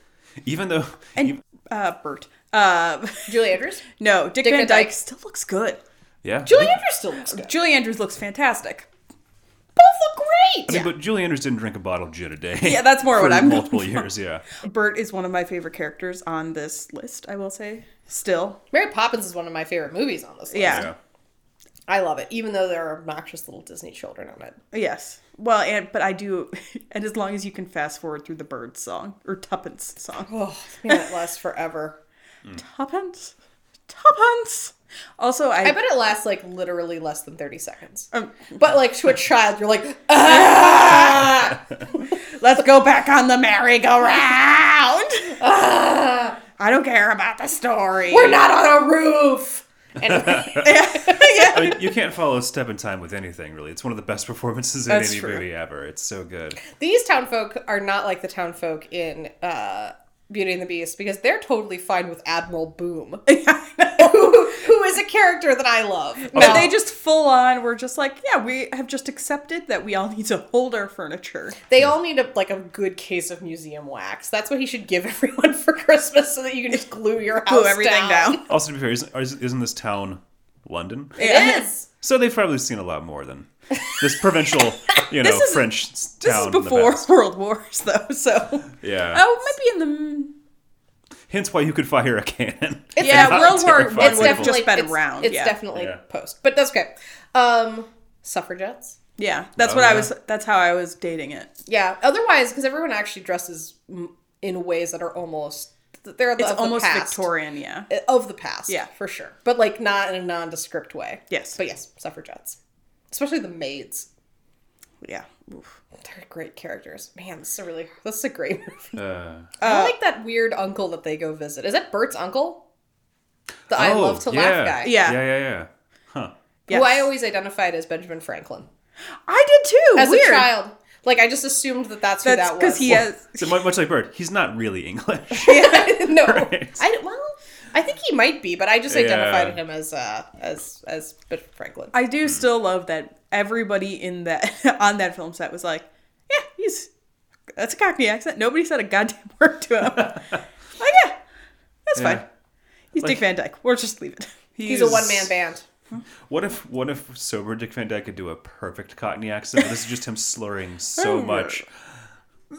Speaker 3: even though
Speaker 1: And uh, Bert. Uh,
Speaker 2: Julie Andrews?
Speaker 1: no, Dick,
Speaker 2: Dick
Speaker 1: Van
Speaker 2: Van
Speaker 1: Dyke
Speaker 2: Dyke.
Speaker 1: still looks good.
Speaker 3: yeah,
Speaker 2: Julie Andrews still looks good.
Speaker 1: Julie Andrews looks fantastic.
Speaker 2: Both look great.
Speaker 3: I mean, but Julie Andrews didn't drink a bottle of gin a day.
Speaker 1: Yeah, that's more
Speaker 3: for
Speaker 1: what I'm going
Speaker 3: multiple years. Yeah,
Speaker 1: Bert is one of my favorite characters on this list, I will say. Still.
Speaker 2: Mary Poppins is one of my favorite movies on this list.
Speaker 1: Yeah.
Speaker 3: yeah.
Speaker 2: I love it, even though there are obnoxious little Disney children on it.
Speaker 1: Yes. Well, and but I do, and as long as you can fast forward through the bird song or Tuppence song,
Speaker 2: Oh, man, it lasts forever.
Speaker 1: Tuppence, Tuppence. Also, I,
Speaker 2: I bet it lasts like literally less than 30 seconds.
Speaker 1: Um,
Speaker 2: but like to a child, you're like,
Speaker 1: let's go back on the merry-go-round. I don't care about the story.
Speaker 2: We're not on a roof. Anyway,
Speaker 3: I mean, you can't follow a step in time with anything, really. It's one of the best performances in
Speaker 1: That's
Speaker 3: any
Speaker 1: true.
Speaker 3: movie ever. It's so good.
Speaker 2: these town folk are not like the town folk in uh, Beauty and the Beast because they're totally fine with Admiral Boom,
Speaker 1: Yeah, I know.
Speaker 2: who, who is a character that I love.
Speaker 1: But
Speaker 2: Now,
Speaker 1: they just full on were just like, yeah, we have just accepted that we all need to hold our furniture.
Speaker 2: they all need a, like a good case of museum wax. That's what he should give everyone for Christmas, so that you can just glue your house
Speaker 1: Glue everything down.
Speaker 3: Also, to be fair, isn't, isn't this town London?
Speaker 1: Yeah.
Speaker 2: It is.
Speaker 3: So they've probably seen a lot more than this provincial, you know,
Speaker 1: This is-
Speaker 3: French s-
Speaker 1: This
Speaker 3: town.
Speaker 1: is
Speaker 3: in the
Speaker 1: before
Speaker 3: past.
Speaker 1: World Wars, though, so.
Speaker 3: Yeah.
Speaker 1: Oh, it might be in the.
Speaker 3: Hence why you could fire a cannon.
Speaker 2: It's-
Speaker 1: Yeah,
Speaker 3: Not
Speaker 1: World War
Speaker 3: terrifying.
Speaker 1: One
Speaker 2: It's
Speaker 1: would have
Speaker 2: definitely
Speaker 1: just been
Speaker 2: it's-
Speaker 1: around.
Speaker 2: It's
Speaker 1: yeah.
Speaker 2: definitely
Speaker 3: Yeah.
Speaker 2: post, but that's okay. Um, suffragettes.
Speaker 1: yeah, that's
Speaker 3: Oh,
Speaker 1: what I
Speaker 3: yeah.
Speaker 1: was. That's how I was dating it.
Speaker 2: Yeah. Otherwise, because everyone actually dresses mm, in ways that are almost they're
Speaker 1: It's
Speaker 2: of
Speaker 1: almost
Speaker 2: the past.
Speaker 1: Victorian, yeah.
Speaker 2: of the past.
Speaker 1: Yeah.
Speaker 2: for sure, but like not in a nondescript way.
Speaker 1: Yes.
Speaker 2: but yes, suffragettes, especially the maids.
Speaker 1: Yeah. Oof.
Speaker 2: They're great characters. Man, this is a really this is a great movie.
Speaker 3: Uh,
Speaker 2: I like that weird uncle that they go visit. Is that Bert's uncle? The I
Speaker 3: oh,
Speaker 2: love to
Speaker 3: yeah.
Speaker 2: laugh guy.
Speaker 1: Yeah.
Speaker 3: Yeah, yeah, yeah. Huh.
Speaker 1: Yes.
Speaker 2: who I always identified as Benjamin Franklin
Speaker 1: I did too.
Speaker 2: as
Speaker 1: Weird.
Speaker 2: a child. Like I just assumed that that's,
Speaker 1: That's
Speaker 2: who that
Speaker 1: because
Speaker 2: was.
Speaker 1: he has.
Speaker 3: So mu- much like Bird, he's not really English.
Speaker 2: no,
Speaker 3: Right.
Speaker 2: I well, I think he might be, but I just
Speaker 3: Yeah.
Speaker 2: identified him as uh as as Benjamin Franklin.
Speaker 1: I do still love that everybody in that on that film set was like, yeah, he's that's a Cockney accent. Nobody said a goddamn word to him. like, yeah, that's
Speaker 3: Yeah.
Speaker 1: fine. He's Dick
Speaker 3: Like-
Speaker 1: Van Dyke. We'll just leave it.
Speaker 2: He's a one man band.
Speaker 3: What if what if sober Dick Van Dyke could do a perfect Cockney accent? But this is just him slurring so
Speaker 1: Hmm.
Speaker 3: much.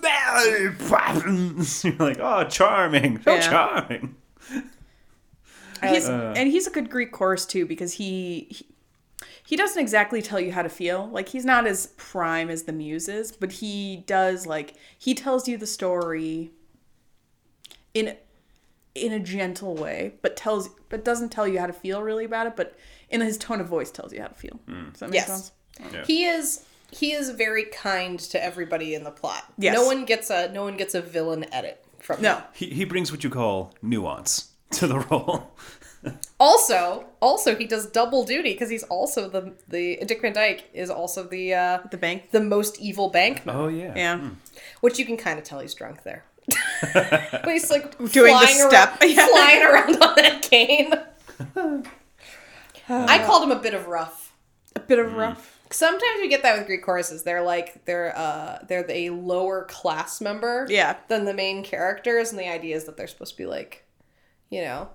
Speaker 3: You're like, oh, charming, so
Speaker 1: Yeah.
Speaker 3: charming.
Speaker 1: He's, and he's a good Greek chorus too because he, he he doesn't exactly tell you how to feel. Like he's not as prime as the muses, but he does like he tells you the story in in a gentle way, but tells but doesn't tell you how to feel really about it, but in his tone of voice tells you how to feel. Does that make
Speaker 2: Yes.
Speaker 1: sense?
Speaker 2: He is he is very kind to everybody in the plot.
Speaker 1: Yes.
Speaker 2: No one gets a no one gets a villain edit from
Speaker 1: No.
Speaker 2: him.
Speaker 3: He he brings what you call nuance to the role.
Speaker 2: Also, also he does double duty because he's also the the Dick Van Dyke is also the uh
Speaker 1: The bank.
Speaker 2: the most evil bankman,
Speaker 3: Oh yeah.
Speaker 1: Yeah. Uh-huh.
Speaker 2: which you can kind of tell he's drunk there. but he's like
Speaker 1: Doing the
Speaker 2: flying
Speaker 1: step.
Speaker 2: around,
Speaker 1: Yeah.
Speaker 2: flying around on that cane. I called him a bit of rough.
Speaker 1: A bit of rough.
Speaker 2: Sometimes we get that with Greek choruses. They're like they're uh they're a lower class member
Speaker 1: Yeah.
Speaker 2: than the main characters, and the idea is that they're supposed to be like, you know,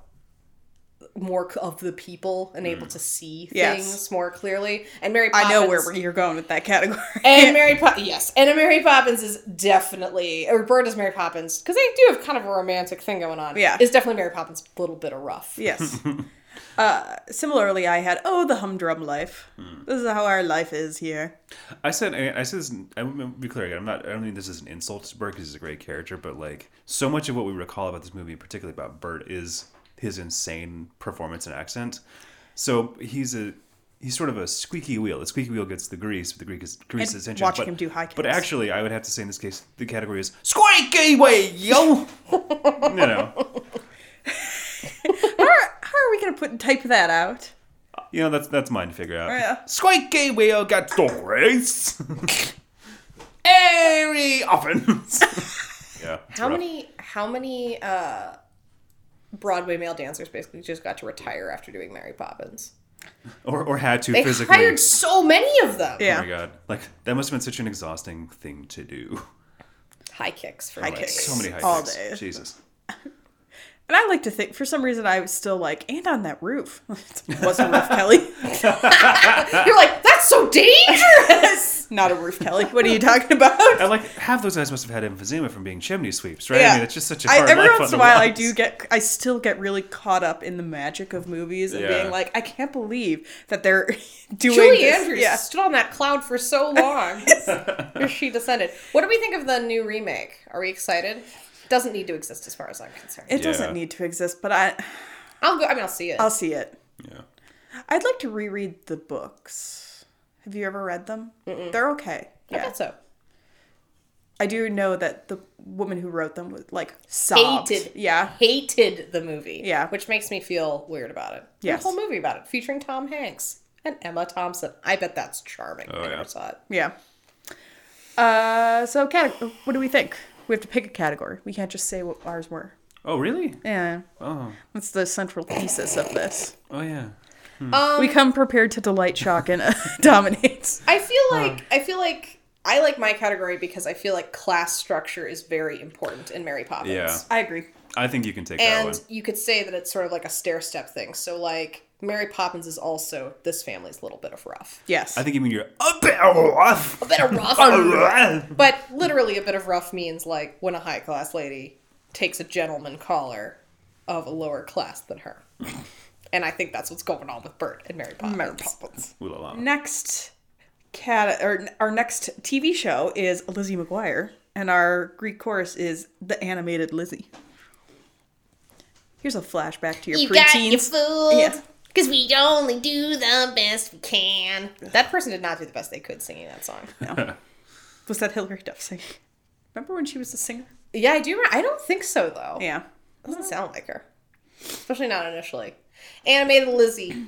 Speaker 2: more c- of the people and able to see
Speaker 1: Hmm. Yes.
Speaker 2: things more clearly. And Mary Poppins,
Speaker 1: I know where you're going with that category.
Speaker 2: and Mary Poppins, yes, and a Mary Poppins is definitely or Bird is Mary Poppins because they do have kind of a romantic thing going on.
Speaker 1: Yeah.
Speaker 2: is definitely Mary Poppins a little bit of rough.
Speaker 1: Yes. uh, similarly, I had oh the humdrum life.
Speaker 3: Hmm.
Speaker 1: This is how our life is here.
Speaker 3: I said, I, I said this. I want to be clear again. I'm not. I don't mean this is an insult to Bert because he's a great character, but like so much of what we recall about this movie, particularly about Bert, is his insane performance and accent. So he's a he's sort of a squeaky wheel. The squeaky wheel gets the grease, but the grease grease
Speaker 1: And
Speaker 3: is inches.
Speaker 1: watching
Speaker 3: but,
Speaker 1: him do high
Speaker 3: But
Speaker 1: kicks.
Speaker 3: actually, I would have to say in this case, the category is squeaky wheel. you know,
Speaker 1: How are, how are we gonna put type that out?
Speaker 3: you know that's that's mine to figure out.
Speaker 1: Yeah.
Speaker 3: Squeaky wheel got the grease. Airy ovens. yeah. it's
Speaker 2: How
Speaker 3: rough.
Speaker 2: many? How many? uh Broadway male dancers basically just got to retire after doing Mary Poppins.
Speaker 3: or, or had to
Speaker 2: They
Speaker 3: physically.
Speaker 2: hired so many of them.
Speaker 3: Oh
Speaker 1: Yeah.
Speaker 3: my god! Like that must have been such an exhausting thing to do.
Speaker 2: High kicks for
Speaker 1: High
Speaker 2: me.
Speaker 1: kicks.
Speaker 3: So many high
Speaker 1: All
Speaker 3: kicks.
Speaker 1: day.
Speaker 3: Jesus.
Speaker 1: And I like to think for some reason I was still like and on that roof. it wasn't a roof, Kelly.
Speaker 2: You're like, that's so dangerous.
Speaker 1: Not a roof, Kelly. What are you talking about?
Speaker 3: And like half those guys must have had emphysema from being chimney sweeps, right? I mean, it's just such a
Speaker 1: I-
Speaker 3: hard
Speaker 1: every
Speaker 3: life
Speaker 1: once in
Speaker 3: on
Speaker 1: a
Speaker 3: the
Speaker 1: while, I
Speaker 3: lungs.
Speaker 1: do get, I still get really caught up in the magic of movies and
Speaker 3: Yeah.
Speaker 1: being like, I can't believe that they're doing
Speaker 2: Julie
Speaker 1: this.
Speaker 2: Andrews
Speaker 1: Yeah.
Speaker 2: stood on that cloud for so long. Or she descended. What do we think of the new remake? Are we excited? Doesn't need to exist as far as I'm concerned.
Speaker 1: It doesn't
Speaker 3: Yeah.
Speaker 1: need to exist, but I,
Speaker 2: I'll go. I mean, I'll see it.
Speaker 1: I'll see it.
Speaker 3: Yeah.
Speaker 1: I'd like to reread the books. Have you ever read them? They're okay.
Speaker 2: I thought so.
Speaker 1: I do know that the woman who wrote them was like sobbed.
Speaker 2: Hated.
Speaker 1: Yeah.
Speaker 2: Hated the movie.
Speaker 1: Yeah.
Speaker 2: Which makes me feel weird about it. There's
Speaker 1: Yes.
Speaker 2: A whole movie about it featuring Tom Hanks and Emma Thompson. I bet that's charming.
Speaker 3: Oh,
Speaker 2: I never
Speaker 3: yeah.
Speaker 2: saw it.
Speaker 1: Yeah. Uh, so, Kat, what do we think? We have to pick a category. We can't just say what ours were.
Speaker 3: Oh, really?
Speaker 1: Yeah,
Speaker 3: Oh,
Speaker 1: that's the central thesis of this.
Speaker 3: oh yeah.
Speaker 2: Um,
Speaker 1: We come prepared to delight, shock, and uh, dominate.
Speaker 2: I feel like I feel like I like my category because I feel like class structure is very important in Mary Poppins.
Speaker 3: Yeah.
Speaker 1: I agree.
Speaker 3: I think you can take that one.
Speaker 2: And you could say that it's sort of like a stair step thing. So like Mary Poppins is also this family's little bit of rough.
Speaker 1: Yes.
Speaker 3: I think you mean you're a bit rough.
Speaker 2: A bit of rough. but literally a bit of rough means like when a high class lady takes a gentleman caller of a lower class than her. and I think that's what's going on with Bert and Mary Poppins.
Speaker 1: Mary Poppins.
Speaker 3: Ooh la la.
Speaker 1: Next cat or our next TV show is Lizzie McGuire, and our Greek chorus is the animated Lizzie. Here's a flashback to your
Speaker 4: You got your
Speaker 1: preteens.
Speaker 4: food.
Speaker 1: Yeah.
Speaker 4: Cause we only do the best we can.
Speaker 2: That person did not do the best they could singing that song.
Speaker 1: Was that Hillary Duff singing? Remember when she was a singer?
Speaker 2: Yeah, I do. Remember, I don't think so though.
Speaker 1: Yeah.
Speaker 2: Doesn't sound like her, especially not initially. Animated Lizzie.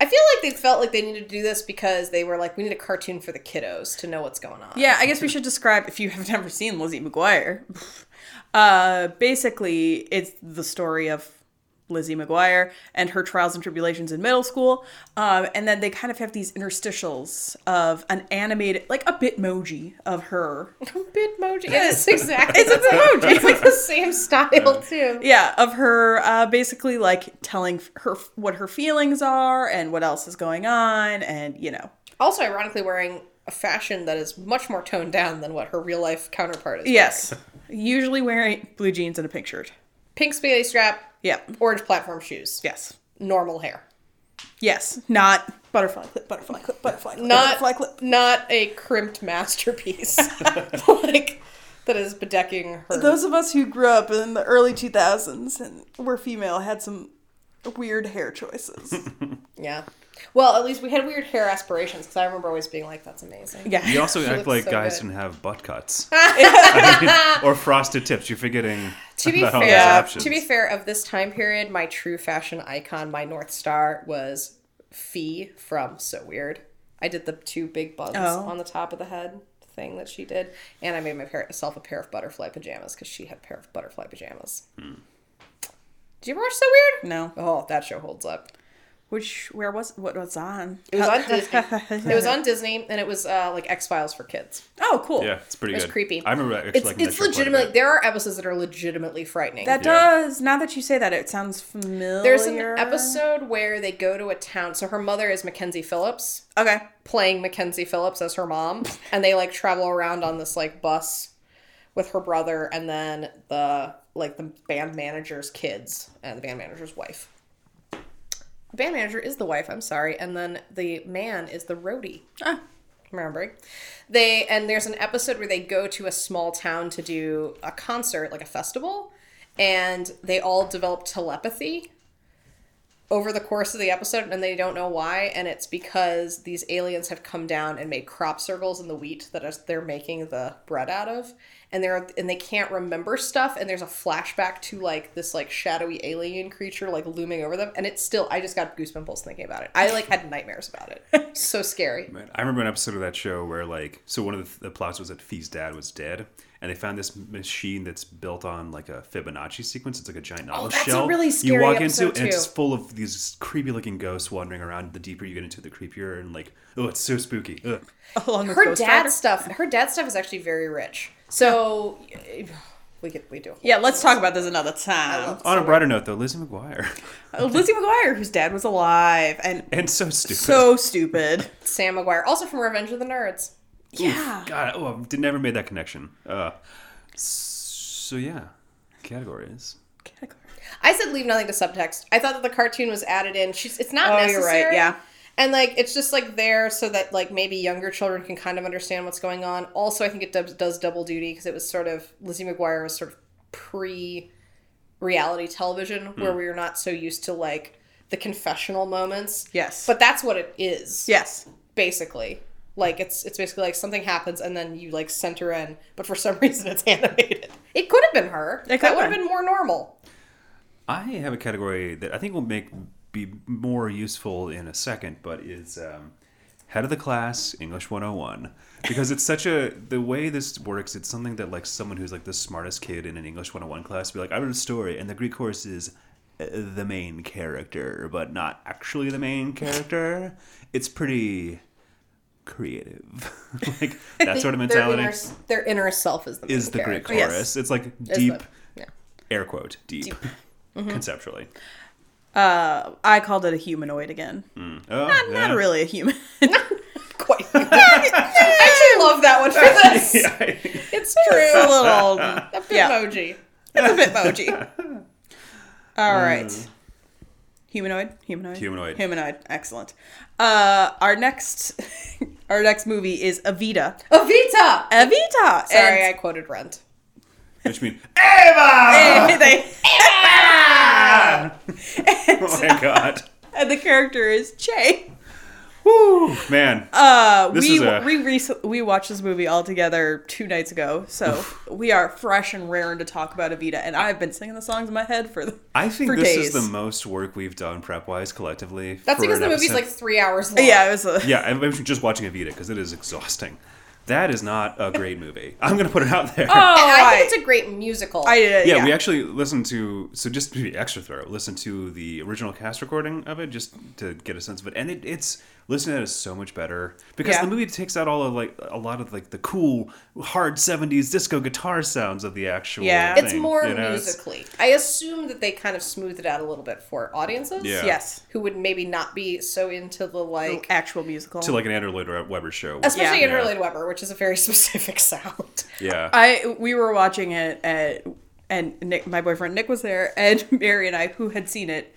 Speaker 2: I feel like they felt like they needed to do this because they were like, we need a cartoon for the kiddos to know what's going on.
Speaker 1: Yeah, I guess we should describe if you have never seen Lizzie McGuire. Uh, basically, it's the story of Lizzie McGuire and her trials and tribulations in middle school. Um, and then they kind of have these interstitials of an animated, like a bitmoji of her.
Speaker 2: Bitmoji. Yes, exactly. it's a
Speaker 1: Bitmoji.
Speaker 2: It's like the same style too.
Speaker 1: yeah, of her uh, basically like telling her what her feelings are and what else is going on, and you know,
Speaker 2: Also, ironically, wearing a fashion that is much more toned down than what her real life counterpart is.
Speaker 1: yes, usually wearing blue jeans and a pink shirt.
Speaker 2: Pink spaghetti strap,
Speaker 1: Yeah,
Speaker 2: orange platform shoes,
Speaker 1: yes,
Speaker 2: normal hair.
Speaker 1: yes, not butterfly clip, butterfly clip, butterfly clip,
Speaker 2: not
Speaker 1: butterfly clip.
Speaker 2: not a crimped masterpiece like that is bedecking her.
Speaker 1: Those of us who grew up in the early two thousands and were female had some weird hair choices.
Speaker 2: yeah. Well, at least we had weird hair aspirations because I remember always being like, "That's amazing."
Speaker 1: yeah,
Speaker 3: You also act
Speaker 2: looks
Speaker 3: like
Speaker 2: so
Speaker 3: guys
Speaker 2: good.
Speaker 3: didn't have butt cuts I mean, or frosted tips. You're forgetting
Speaker 2: To be
Speaker 3: about all those
Speaker 2: fair,
Speaker 3: options.
Speaker 2: to be fair, of this time period, my true fashion icon, my north star, was Fee from So Weird. I did the two big buns
Speaker 1: Oh.
Speaker 2: on the top of the head thing that she did, and I made myself a pair of butterfly pajamas because she had a pair of butterfly pajamas.
Speaker 3: Hmm.
Speaker 2: Do you ever watch So Weird?
Speaker 1: no.
Speaker 2: Oh, that show holds up.
Speaker 1: Which where was what was on? Uh,
Speaker 2: It was on Disney. It was on Disney, and it was uh, like X Files for kids.
Speaker 1: Oh, cool.
Speaker 3: yeah, it's pretty
Speaker 2: It's
Speaker 3: good.
Speaker 2: creepy.
Speaker 3: I remember actually
Speaker 2: It's
Speaker 3: liking that
Speaker 2: it's
Speaker 3: show quite a
Speaker 2: legitimately
Speaker 3: bit.
Speaker 2: there are episodes that are legitimately frightening.
Speaker 1: That
Speaker 3: Yeah.
Speaker 1: does. Now that you say that, it sounds familiar.
Speaker 2: There's an episode where they go to a town. So her mother is Mackenzie Phillips,
Speaker 1: Okay.
Speaker 2: playing Mackenzie Phillips as her mom, and they like travel around on this like bus with her brother, and then the like the band manager's kids and the band manager's wife. The band manager is the wife. I'm sorry, and then the man is the roadie.
Speaker 1: Ah.
Speaker 2: remembering. They and there's an episode where they go to a small town to do a concert, like a festival, and they all develop telepathy over the course of the episode and they don't know why and it's because these aliens have come down and made crop circles in the wheat that is, they're making the bread out of and they're and they can't remember stuff and there's a flashback to like this like shadowy alien creature like looming over them and it's still I just got goosebumps thinking about it. I like had nightmares about it. so scary.
Speaker 3: Man, I remember an episode of that show where, like, so one of the, the plots was that Fee's dad was dead, and they found this machine that's built on like a Fibonacci sequence. It's like a giant olive
Speaker 2: Oh, that's a
Speaker 3: shell.
Speaker 2: really
Speaker 3: you
Speaker 2: scary
Speaker 3: walk into,
Speaker 2: episode,
Speaker 3: and it's
Speaker 2: too.
Speaker 3: full of these creepy-looking ghosts wandering around. The deeper you get into, it, the creepier, and like, oh, it's so spooky. Ugh.
Speaker 1: Along with
Speaker 2: her
Speaker 1: Ghost
Speaker 2: dad
Speaker 1: Rider.
Speaker 2: stuff her dad stuff is actually very rich so we could we do
Speaker 1: Yeah, let's talk about this another time.
Speaker 3: On a brighter note, though, Lizzie McGuire
Speaker 1: Uh, Lizzie McGuire, whose dad was alive and
Speaker 3: and so stupid.
Speaker 1: so stupid.
Speaker 2: sam mcguire also from revenge of the nerds
Speaker 1: Yeah.
Speaker 3: God, oh, I did- never made that connection. Uh, so yeah, categories.
Speaker 2: i said leave nothing to subtext i thought that the cartoon was added in she's it's not
Speaker 1: Oh, you're
Speaker 2: necessary
Speaker 1: right, yeah.
Speaker 2: and like it's just like there so that like maybe younger children can kind of understand what's going on also i think it does, does double duty because it was sort of lizzie mcguire was sort of pre reality television
Speaker 1: Hmm.
Speaker 2: where we were not so used to like the confessional moments
Speaker 1: Yes.
Speaker 2: but that's what it is
Speaker 1: Yes.
Speaker 2: basically. Like it's it's basically like something happens and then you like center in, but for some reason it's animated. It could have been her.
Speaker 1: It could
Speaker 2: that
Speaker 1: have
Speaker 2: would have
Speaker 1: been.
Speaker 2: been more normal.
Speaker 3: I have a category that I think will make be more useful in a second, but is um, head of the class, English 101. Because it's such a the way this works, it's something that like someone who's like the smartest kid in an English 101 class would be like, I wrote a story, and the Greek chorus is uh, the main character, but not actually the main character. It's pretty creative. like that sort of mentality
Speaker 2: Their inner, their inner self is the main
Speaker 3: is the Greek
Speaker 2: character.
Speaker 3: chorus.
Speaker 1: Yes.
Speaker 3: It's like
Speaker 2: Is
Speaker 3: deep,
Speaker 2: the- yeah.
Speaker 3: air quote, deep, conceptually.
Speaker 1: Uh, I called it a humanoid again.
Speaker 3: Oh,
Speaker 1: Not
Speaker 3: yeah.
Speaker 1: really a human.
Speaker 2: Quite. I actually love that one for this.
Speaker 3: Yeah.
Speaker 2: It's
Speaker 1: it's
Speaker 2: true.
Speaker 1: a little. A yeah,
Speaker 2: Emoji.
Speaker 1: it's a bit emoji. All right. Humanoid, humanoid,
Speaker 3: Mm. Humanoid.
Speaker 1: humanoid. Excellent. Uh, our next, our next movie is Evita.
Speaker 2: Avita.
Speaker 1: Evita.
Speaker 2: Sorry, I
Speaker 1: and-
Speaker 2: quoted Rent.
Speaker 3: Which means Ava!
Speaker 1: they-
Speaker 3: Oh my god.
Speaker 1: and the character is Che.
Speaker 3: Woo! Man.
Speaker 1: Uh,
Speaker 3: This
Speaker 1: we
Speaker 3: is a-
Speaker 1: we rec- we watched this movie all together two nights ago, so we are fresh and raring to talk about Evita. And I've been singing the songs in my head for the
Speaker 3: I think
Speaker 1: for
Speaker 3: this
Speaker 1: days.
Speaker 3: is the most work we've done prep wise collectively.
Speaker 2: That's
Speaker 3: for
Speaker 2: because
Speaker 3: an
Speaker 2: the movie's
Speaker 3: episode.
Speaker 2: like three hours long.
Speaker 1: yeah. It was a,
Speaker 3: Yeah, I'm I'm just watching Evita because it is exhausting. That is not a great movie. I'm going to put it out there.
Speaker 1: Oh,
Speaker 2: And I
Speaker 1: I,
Speaker 2: think it's a great musical.
Speaker 1: I, uh,
Speaker 3: yeah, we actually listened to so just to be extra thorough, listen to the original cast recording of it just to get a sense of it, and it, it's listening to it is so much better because
Speaker 1: Yeah.
Speaker 3: the movie takes out all of like a lot of like the cool hard '70s disco guitar sounds of the actual.
Speaker 1: Yeah.
Speaker 3: thing,
Speaker 2: it's more
Speaker 3: you know, it's-
Speaker 2: musically. I assume that they kind of smoothed it out a little bit for audiences.
Speaker 3: Yeah.
Speaker 1: yes,
Speaker 2: Who would maybe not be so into the like,
Speaker 1: actual musical.
Speaker 3: to like an Andrew Lloyd Webber show.
Speaker 2: especially
Speaker 1: eh. Yeah.
Speaker 2: in
Speaker 3: Yeah.
Speaker 2: Early Weber, which is a very specific sound.
Speaker 3: yeah,
Speaker 1: I we were watching it at and Nick, my boyfriend Nick was there, and Mary and I, who had seen it,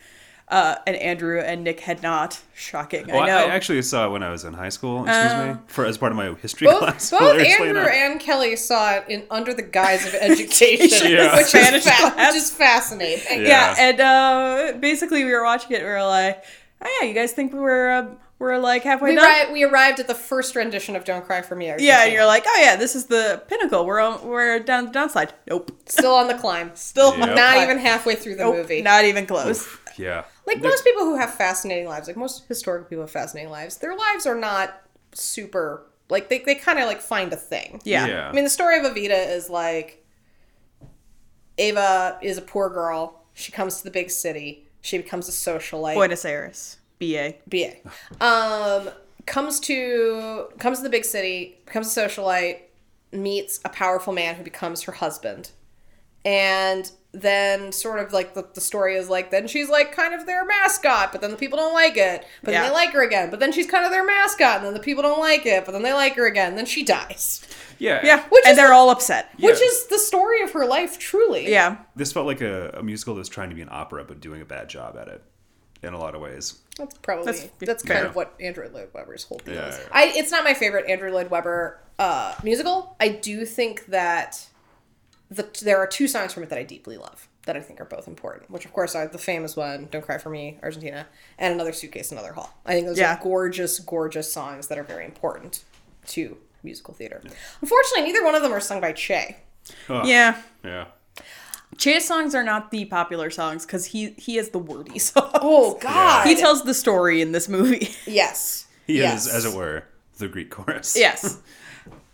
Speaker 1: uh, and Andrew and Nick had not. Shocking,
Speaker 3: Well,
Speaker 1: I know.
Speaker 3: actually saw it when I was in high school. Excuse me, for as part of my history
Speaker 2: Both,
Speaker 3: class.
Speaker 2: both
Speaker 3: hilariously
Speaker 2: Andrew
Speaker 3: enough.
Speaker 2: and Kelly saw it in under the guise of education,
Speaker 3: Yeah.
Speaker 2: which,
Speaker 1: Spanish
Speaker 2: is fa-
Speaker 1: class.
Speaker 2: which is fascinating.
Speaker 1: yeah.
Speaker 3: Yeah.
Speaker 1: and uh, basically we were watching it, and we were like, oh, "Yeah, you guys think we're uh, we're like halfway
Speaker 2: We,
Speaker 1: done."
Speaker 2: arri- we arrived at the first rendition of "Don't Cry for Me."
Speaker 1: Yeah, and you're like, "Oh yeah, this is the pinnacle. We're on, we're down the downside." Nope,
Speaker 2: still on the climb,
Speaker 1: still
Speaker 3: Yep.
Speaker 2: not even halfway through the
Speaker 1: nope,
Speaker 2: movie.
Speaker 1: not even close.
Speaker 3: yeah,
Speaker 2: Like most people who have fascinating lives, like most historical people have fascinating lives, their lives are not super like they, they kind of like find a thing.
Speaker 1: Yeah.
Speaker 3: Yeah.
Speaker 2: I mean, the story of Evita is like Ava is a poor girl. She comes to the big city. She becomes a socialite.
Speaker 1: Buenos Aires, BA.
Speaker 2: BA. Um, comes to comes to the big city, becomes a socialite, meets a powerful man who becomes her husband, and then sort of like the, the story is like then she's like kind of their mascot, but then the people don't like it, but
Speaker 1: Yeah.
Speaker 2: then they like her again, but then she's kind of their mascot, and then the people don't like it, but then they like her again, then she dies,
Speaker 3: yeah,
Speaker 1: Yeah,
Speaker 2: Which
Speaker 1: and
Speaker 2: is-
Speaker 1: they're all upset.
Speaker 2: which
Speaker 3: Yeah.
Speaker 2: is the story of her life truly.
Speaker 1: Yeah,
Speaker 3: This felt like a, a musical that's trying to be an opera but doing a bad job at it in a lot of ways.
Speaker 2: That's probably
Speaker 1: That's-
Speaker 2: that's,
Speaker 1: yeah.
Speaker 2: kind of what Andrew Lloyd Webber's whole thing
Speaker 3: Yeah,
Speaker 2: is.
Speaker 3: yeah.
Speaker 2: I it's not my favorite Andrew Lloyd Webber uh, musical. I do think that the there are two songs from it that I deeply love that I think are both important. Which of course are the famous one "Don't Cry for Me," Argentina, and another suitcase, another hall. I think those
Speaker 1: Yeah.
Speaker 2: are gorgeous, gorgeous songs that are very important to musical theater. Unfortunately, neither one of them are sung by Che.
Speaker 3: Oh,
Speaker 1: yeah.
Speaker 3: yeah.
Speaker 1: Che's songs are not the popular songs because he he has the wordy songs.
Speaker 2: Oh God!
Speaker 1: He tells the story in this movie.
Speaker 2: yes.
Speaker 3: He
Speaker 2: yes.
Speaker 3: is, as it were, the Greek chorus.
Speaker 1: yes.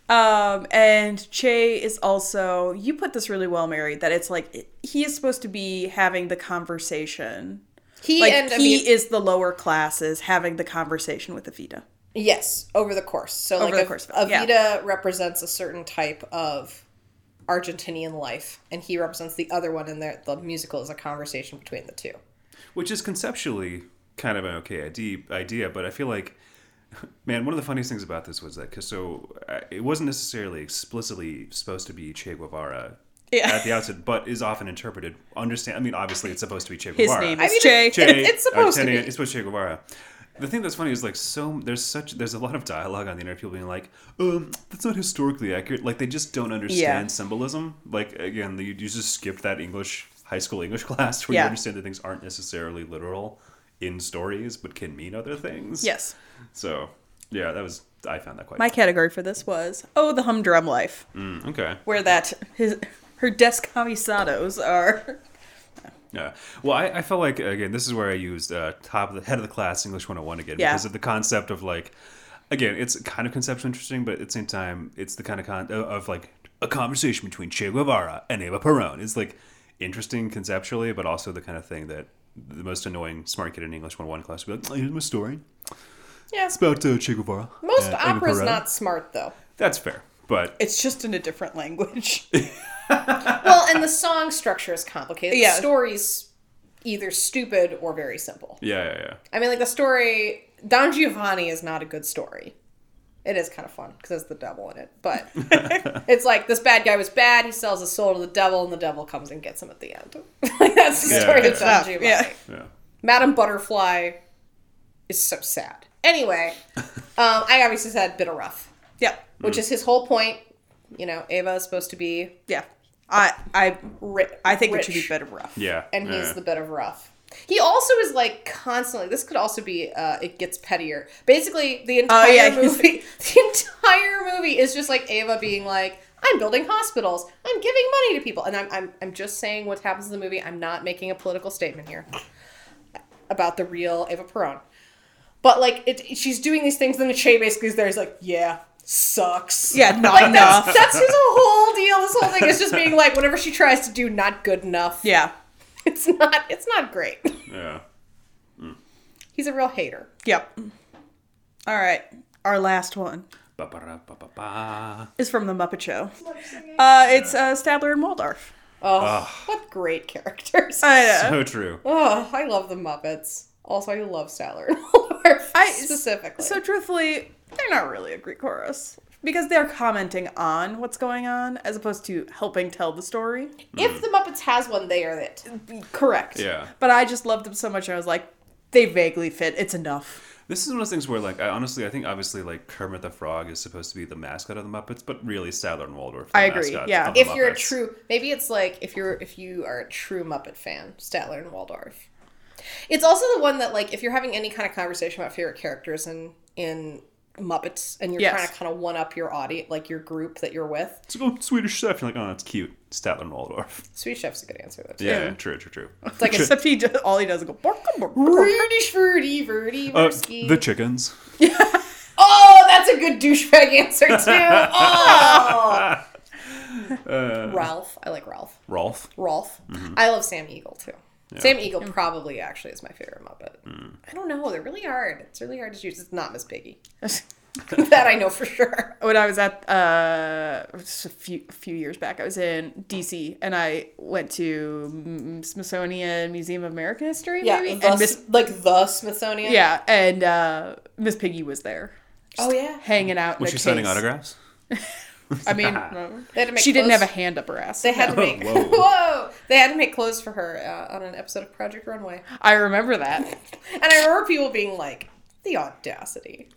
Speaker 1: Um, and Che is also you put this really well, Mary. That it's like it- he is supposed to be having the conversation.
Speaker 2: He
Speaker 1: Like
Speaker 2: and
Speaker 1: he
Speaker 2: Avi-
Speaker 1: is the lower classes having the conversation with Evita.
Speaker 2: Yes, over the course. So like
Speaker 1: the
Speaker 2: a-
Speaker 1: course of
Speaker 2: a
Speaker 1: it, yeah.
Speaker 2: Vita represents a certain type of Argentinian life, and he represents the other one. And the, the musical is a conversation between the two.
Speaker 3: Which is conceptually kind of an okay idea, idea, but I feel like, man, one of the funniest things about this was that, cause so uh, it wasn't necessarily explicitly supposed to be Che Guevara
Speaker 1: Yeah.
Speaker 3: at the outset, but is often interpreted. Understand? I mean, obviously, it's supposed to be Che
Speaker 1: His
Speaker 3: Guevara.
Speaker 1: name
Speaker 2: I
Speaker 1: is
Speaker 2: mean,
Speaker 1: Che.
Speaker 3: Che,
Speaker 2: It's- it's supposed to
Speaker 3: Artenia-
Speaker 2: be.
Speaker 3: It's supposed to be Che Guevara. The thing that's funny is like so there's such there's a lot of dialogue on the internet people being like, um, that's not historically accurate. Like they just don't understand
Speaker 1: Yeah.
Speaker 3: symbolism. Like again, you, you just skipped that English high school English class where
Speaker 1: Yeah.
Speaker 3: you understand that things aren't necessarily literal in stories, but can mean other things.
Speaker 1: Yes.
Speaker 3: So yeah, that was I found that quite
Speaker 1: My category for this was oh the humdrum life,
Speaker 3: Mm, okay.
Speaker 1: where that his her descamisados are.
Speaker 3: Yeah. Well, I, I felt like again, this is where I used uh, top of the head of the class English 101 again
Speaker 1: Yeah.
Speaker 3: because of the concept of like again, it's kind of conceptually interesting, but at the same time, it's the kind of con of, of like a conversation between Che Guevara and Eva Peron. It's like interesting conceptually, but also the kind of thing that the most annoying smart kid in English 101 class would be like, here's my story.
Speaker 2: Yeah.
Speaker 3: It's about uh, Che Guevara.
Speaker 2: Most
Speaker 3: and Eva
Speaker 2: opera's
Speaker 3: Peron."
Speaker 2: not smart though.
Speaker 3: That's fair, but
Speaker 1: It's just in a different language.
Speaker 2: Well, and the song structure is complicated.
Speaker 1: Yeah.
Speaker 2: The story's either stupid or very simple.
Speaker 3: yeah, yeah, yeah.
Speaker 2: I mean, like the story Don Giovanni is not a good story. It is kind of fun because there's the devil in it, but it's like this bad guy was bad. He sells his soul to the devil, and the devil comes and gets him at the end. like that's the
Speaker 3: Yeah,
Speaker 2: story
Speaker 3: yeah.
Speaker 2: of Don
Speaker 1: Yeah.
Speaker 2: Giovanni.
Speaker 3: Yeah.
Speaker 2: Madame Butterfly is so sad. Anyway, um, I obviously said bitter rough,
Speaker 1: yeah.
Speaker 2: which
Speaker 3: Mm.
Speaker 2: is his whole point. You know, Ava is supposed to be
Speaker 1: Yeah. I I
Speaker 2: rich.
Speaker 1: I think it should be better rough.
Speaker 3: Yeah.
Speaker 2: and he's
Speaker 3: yeah.
Speaker 2: the bit of rough. He also is like constantly. This could also be. Uh, it gets pettier. Basically, the entire
Speaker 1: Oh, yeah, he's-
Speaker 2: movie. The entire movie is just like Ava being like, "I'm building hospitals. I'm giving money to people." And I'm I'm I'm just saying what happens in the movie. I'm not making a political statement here about the real Ava Perón. But like, it, she's doing these things. Then Che basically is there. He's like, "Yeah, sucks."
Speaker 1: Yeah, not
Speaker 2: Like
Speaker 1: enough.
Speaker 2: that's, that's his whole deal. This whole thing is just being like, whatever she tries to do, not good enough.
Speaker 1: Yeah.
Speaker 2: It's not it's not great.
Speaker 3: yeah.
Speaker 2: He's a real hater.
Speaker 1: Yep. All right. Our last one
Speaker 3: Ba-ba-da-ba-ba-ba.
Speaker 1: is from the Muppet Show. Uh, it's uh, Stabler and Waldorf. uh,
Speaker 2: Oh, what great characters.
Speaker 1: I know.
Speaker 3: So true.
Speaker 2: oh, I love the Muppets. Also, I love Statler and Waldorf
Speaker 1: I-
Speaker 2: specifically.
Speaker 1: So truthfully, they're not really a Greek chorus because they're commenting on what's going on as opposed to helping tell the story.
Speaker 3: Hmm.
Speaker 2: if the Muppets has one, they are it.
Speaker 1: Correct.
Speaker 3: Yeah.
Speaker 1: But I just loved them so much. I was like, they vaguely fit. It's enough.
Speaker 3: This is one of those things where, like, I honestly, I think obviously, like, Kermit the Frog is supposed to be the mascot of the Muppets, but really, Sadler and Waldorf. are
Speaker 1: I
Speaker 3: the
Speaker 1: agree,
Speaker 3: mascots
Speaker 1: yeah.
Speaker 3: of the
Speaker 2: If you're a
Speaker 3: Muppets.
Speaker 2: true, maybe it's like if you're if you are a true Muppet fan, Statler and Waldorf. It's also the one that like if you're having any kind of conversation about favorite characters in in Muppets and you're
Speaker 1: Yes.
Speaker 2: trying to kind of one up your audience, like your group that you're with.
Speaker 3: It's like, oh, Swedish chef. You're like, oh, that's cute. Statler and Waldorf.
Speaker 2: Sweet Chef's a good answer though. Too.
Speaker 3: Yeah, true, true, true.
Speaker 2: It's like a
Speaker 1: Except he just, all he does is go. "Bork, bork, bork."
Speaker 2: Rudy Shrudy Rudy
Speaker 3: Uh,
Speaker 2: Versky.
Speaker 3: the chickens.
Speaker 2: oh, that's a good douchebag answer too. Oh,
Speaker 3: Uh,
Speaker 2: Ralph. I like Ralph.
Speaker 3: Rolf.
Speaker 2: Rolf.
Speaker 3: Mm-hmm.
Speaker 2: I love Sam Eagle too. Sam Eagle probably actually is my favorite Muppet.
Speaker 3: Mm.
Speaker 2: I don't know. They're really hard. It's really hard to choose. It's not Miss Piggy. that I know for sure.
Speaker 1: when I was at uh, just a few few years back, I was in DC and I went to mm, Smithsonian Museum of American History,
Speaker 2: Yeah,
Speaker 1: maybe,
Speaker 2: the
Speaker 1: and Miss
Speaker 2: S- like the Smithsonian.
Speaker 1: yeah, and uh, Miss Piggy was there
Speaker 2: Oh yeah.
Speaker 1: hanging out.
Speaker 3: Was
Speaker 1: in
Speaker 3: she
Speaker 1: a
Speaker 3: signing
Speaker 1: case.
Speaker 3: autographs?
Speaker 1: I mean, no.
Speaker 2: They had to make
Speaker 1: she didn't
Speaker 2: clothes-
Speaker 1: have a hand up her ass.
Speaker 2: They had to make
Speaker 3: Whoa.
Speaker 2: whoa. They had to make clothes for her uh, on an episode of Project Runway.
Speaker 1: I remember that.
Speaker 2: And I remember people being like, the audacity.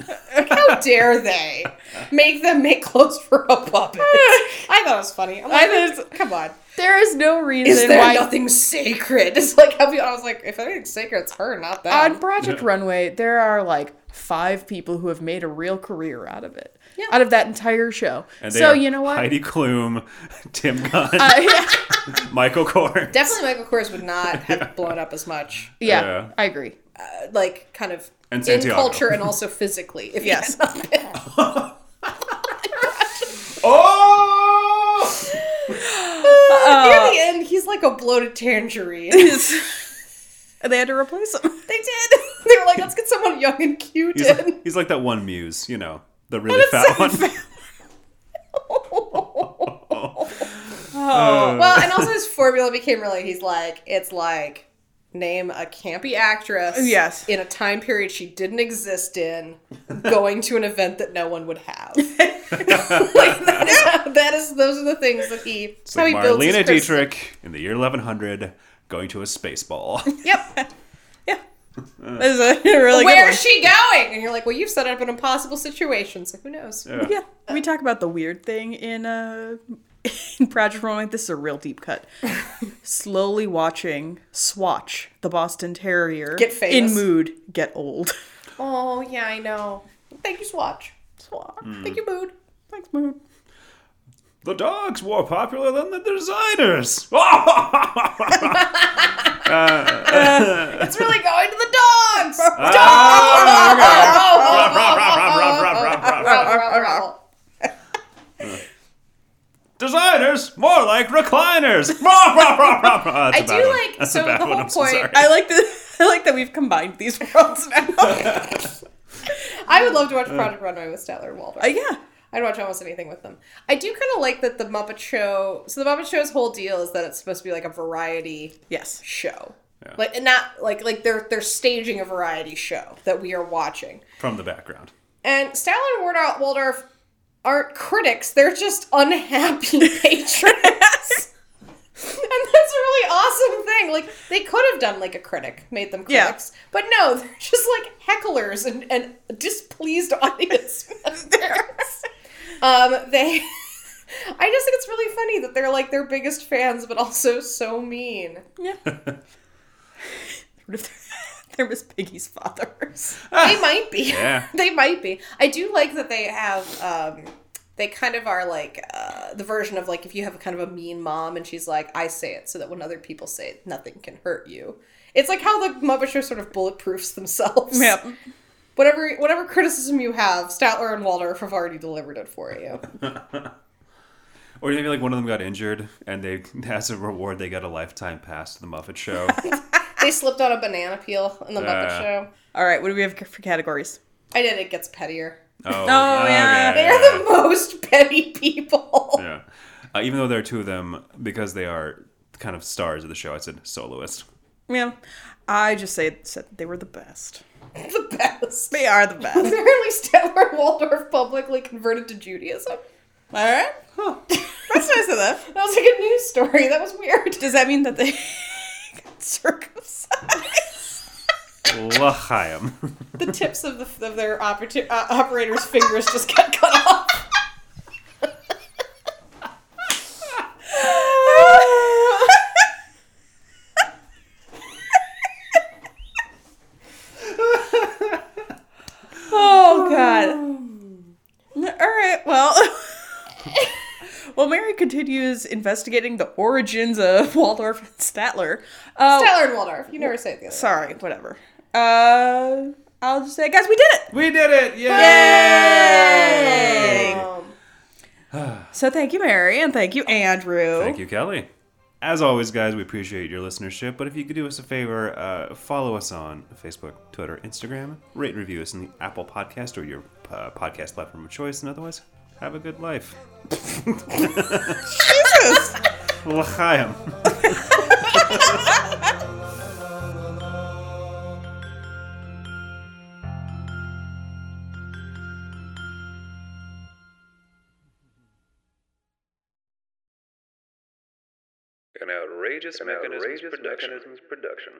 Speaker 2: How dare they make them make clothes for a puppet? I thought it was funny. I'm like,
Speaker 1: I thought it's-
Speaker 2: come on.
Speaker 1: There is no reason
Speaker 2: Is there
Speaker 1: why
Speaker 2: nothing sacred? It's like, how people, I was like, if anything's sacred, it's her, not them.
Speaker 1: on Project Runway there are like five people who have made a real career out of it. Out of that entire show.
Speaker 3: And they
Speaker 1: so
Speaker 3: are
Speaker 1: you know what?
Speaker 3: Heidi Klum, Tim Gunn,
Speaker 1: Uh,
Speaker 3: Michael Kors.
Speaker 2: Definitely Michael Kors would not have blown up as much,
Speaker 1: yeah,
Speaker 3: Yeah.
Speaker 1: I agree.
Speaker 2: uh, like, kind of
Speaker 3: And
Speaker 2: in
Speaker 3: Santiago.
Speaker 2: culture and also physically. If
Speaker 1: Yes.
Speaker 2: yes.
Speaker 3: Oh!
Speaker 2: Near the end, he's like a bloated tangerine. they
Speaker 1: they had to replace him.
Speaker 2: did. They were like, let's get someone young and cute
Speaker 3: He's
Speaker 2: in.
Speaker 3: like, he's like that one muse, you know, the really fat one.
Speaker 1: Oh.
Speaker 3: Uh,
Speaker 2: Well, and also his formula became really. He's like, it's like name a campy actress,
Speaker 1: Yes.
Speaker 2: in a time period she didn't exist in, going to an event that no one would have. like that is, how- that is those are the things that he
Speaker 3: It's
Speaker 2: how
Speaker 3: like
Speaker 2: he builds his
Speaker 3: Marlena
Speaker 2: pers-
Speaker 3: Dietrich in the year 1100 going to a space ball.
Speaker 2: Yep,
Speaker 1: That's a really
Speaker 2: where
Speaker 1: good
Speaker 2: is she going? And you're like, well, you've set up an impossible situation, so who knows?
Speaker 3: Yeah.
Speaker 1: one. Yeah, we talk about the weird thing in uh in Project Runway. This is a real deep cut. Slowly watching Swatch, the Boston Terrier,
Speaker 2: Get famous.
Speaker 1: in mood, get old.
Speaker 2: Oh yeah, I know. Thank you, Swatch.
Speaker 1: Swatch,
Speaker 2: Thank you, Mood.
Speaker 1: thanks, mood.
Speaker 3: The dog's more popular than the designers. Ah!
Speaker 2: It's really going to the dogs.
Speaker 3: Ah! chairs, more like recliners. I
Speaker 2: I do like so the whole point.
Speaker 1: I like that. I like that we've combined these worlds now.
Speaker 2: I would love to watch Project Runway with Statler and Waldron.
Speaker 1: Uh, yeah.
Speaker 2: I'd watch almost anything with them. I do kind of like that the Muppet Show. So the Muppet Show's whole deal is that it's supposed to be like a variety
Speaker 1: Yes.
Speaker 2: show, like and not like like they're they're staging a variety show that we are watching.
Speaker 3: From the background.
Speaker 2: And Statler and Waldor- Waldorf aren't critics; they're just unhappy patrons. and that's a really awesome thing. Like they could have done like a critic, made them
Speaker 1: Yeah.
Speaker 2: critics, but no, they're just like hecklers and, and displeased audience members. um, they. I just think it's really funny that they're like their biggest fans, but also so mean.
Speaker 1: Yeah. What if there was Piggy's father?
Speaker 2: they might be.
Speaker 3: Yeah.
Speaker 2: they might be. I do like that they have. Um, they kind of are like uh, the version of like if you have kind of a mean mom and she's like, I say it so that when other people say it, nothing can hurt you. It's like how the Muppet Show sort of bulletproofs themselves.
Speaker 1: Yep.
Speaker 2: Whatever whatever criticism you have, Statler and Waldorf have already delivered it for you.
Speaker 3: Or maybe like one of them got injured and they as a reward they got a lifetime pass to the Muppet Show. Oh,
Speaker 2: they slipped on a banana peel in the Muppet
Speaker 3: Uh.
Speaker 2: Show.
Speaker 1: All right. What do we have for categories?
Speaker 2: I did. It gets pettier.
Speaker 3: Oh,
Speaker 1: yeah.
Speaker 3: okay,
Speaker 2: They're the most petty people.
Speaker 3: yeah. Uh, even though there are two of them, because they are kind of stars of the show, I said soloist.
Speaker 1: Yeah. I just say said they were the best.
Speaker 2: The best.
Speaker 1: They are the best.
Speaker 2: Apparently, Statler Waldorf publicly converted to Judaism.
Speaker 1: All right. Huh. That's nice of them.
Speaker 2: That was like a news story. That was weird.
Speaker 1: Does that mean that they got circumcised?
Speaker 3: L'chaim.
Speaker 2: The tips of, the, of their operati- uh, operator's fingers just got cut off.
Speaker 1: oh god. All right. Well. Well, Mary continues investigating the origins of Waldorf and Statler. Uh,
Speaker 2: Statler and Waldorf. You never say it the other way.
Speaker 1: Sorry, whatever. Uh, I'll just say, guys, we did it.
Speaker 3: we did it! Yay!
Speaker 2: Um,
Speaker 1: So thank you, Mary, and thank you, Andrew.
Speaker 3: Thank you, Kelly. As always, guys, we appreciate your listenership. But if you could do us a favor, uh, follow us on Facebook, Twitter, Instagram, rate and review us in the Apple Podcast or your uh, podcast platform of choice, and otherwise, have a good life. L'chaim.
Speaker 5: An outrageous, mechanisms, production.